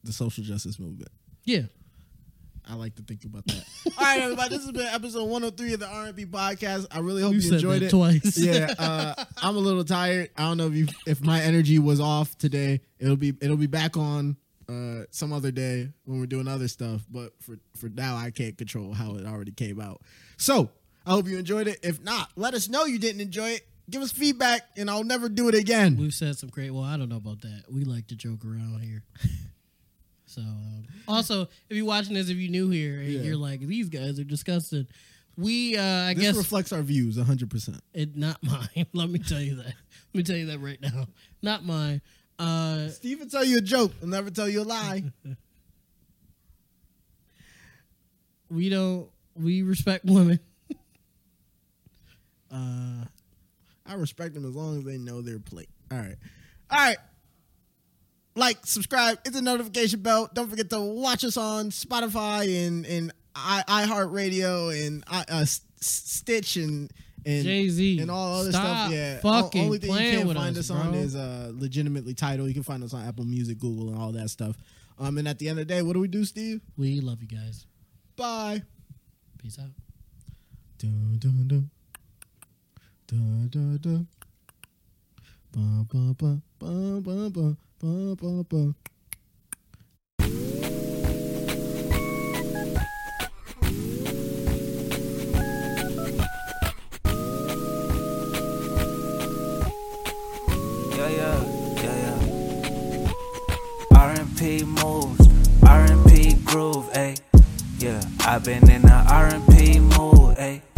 the social justice movement. Yeah. I like to think about that. All right, everybody. This has been episode 103 of the R&B podcast. I really hope You you, said enjoyed that it. twice. yeah, uh, I'm a little tired. I don't know if you, if my energy was off today. It'll be it'll be back on uh, some other day when we're doing other stuff. But for for now, I can't control how it already came out. So I hope you enjoyed it. If not, let us know you didn't enjoy it. Give us feedback, and I'll never do it again. We've said some great. Well, I don't know about that. We like to joke around here. So, um, also, if you're watching this, if you're new here and Yeah. you're like, these guys are disgusting, we, uh, I this guess, reflects our views 100%. it not mine. Let me tell you that. Let me tell you that right now. Not mine. Uh, Steve will tell you a joke. He'll never tell you a lie. we don't, we respect women. uh, I respect them as long as they know their plate. All right. All right. Like, subscribe, hit the notification bell. Don't forget to watch us on Spotify and, and I, iHeartRadio and I, uh, S- S- Stitch and, and Jay-Z, and all other stop stuff. Yeah. fucking only thing playing you can with find us, us, on bro. is uh, legitimately title. You can find us on Apple Music, Google, and all that stuff. Um, and at the end of the day, what do we do, Steve? we love you guys. Bye. Peace out. Dun, dun, dun. Dun, dun, dun. Ba, ba, ba, ba, ba, ba, ba, ba, ba. yeah, yeah, yeah, yeah. R&P moves, R&P groove, ayy. Oh, Yeah, I've been in a R&P mood, ayy. Oh, Oh, Oh,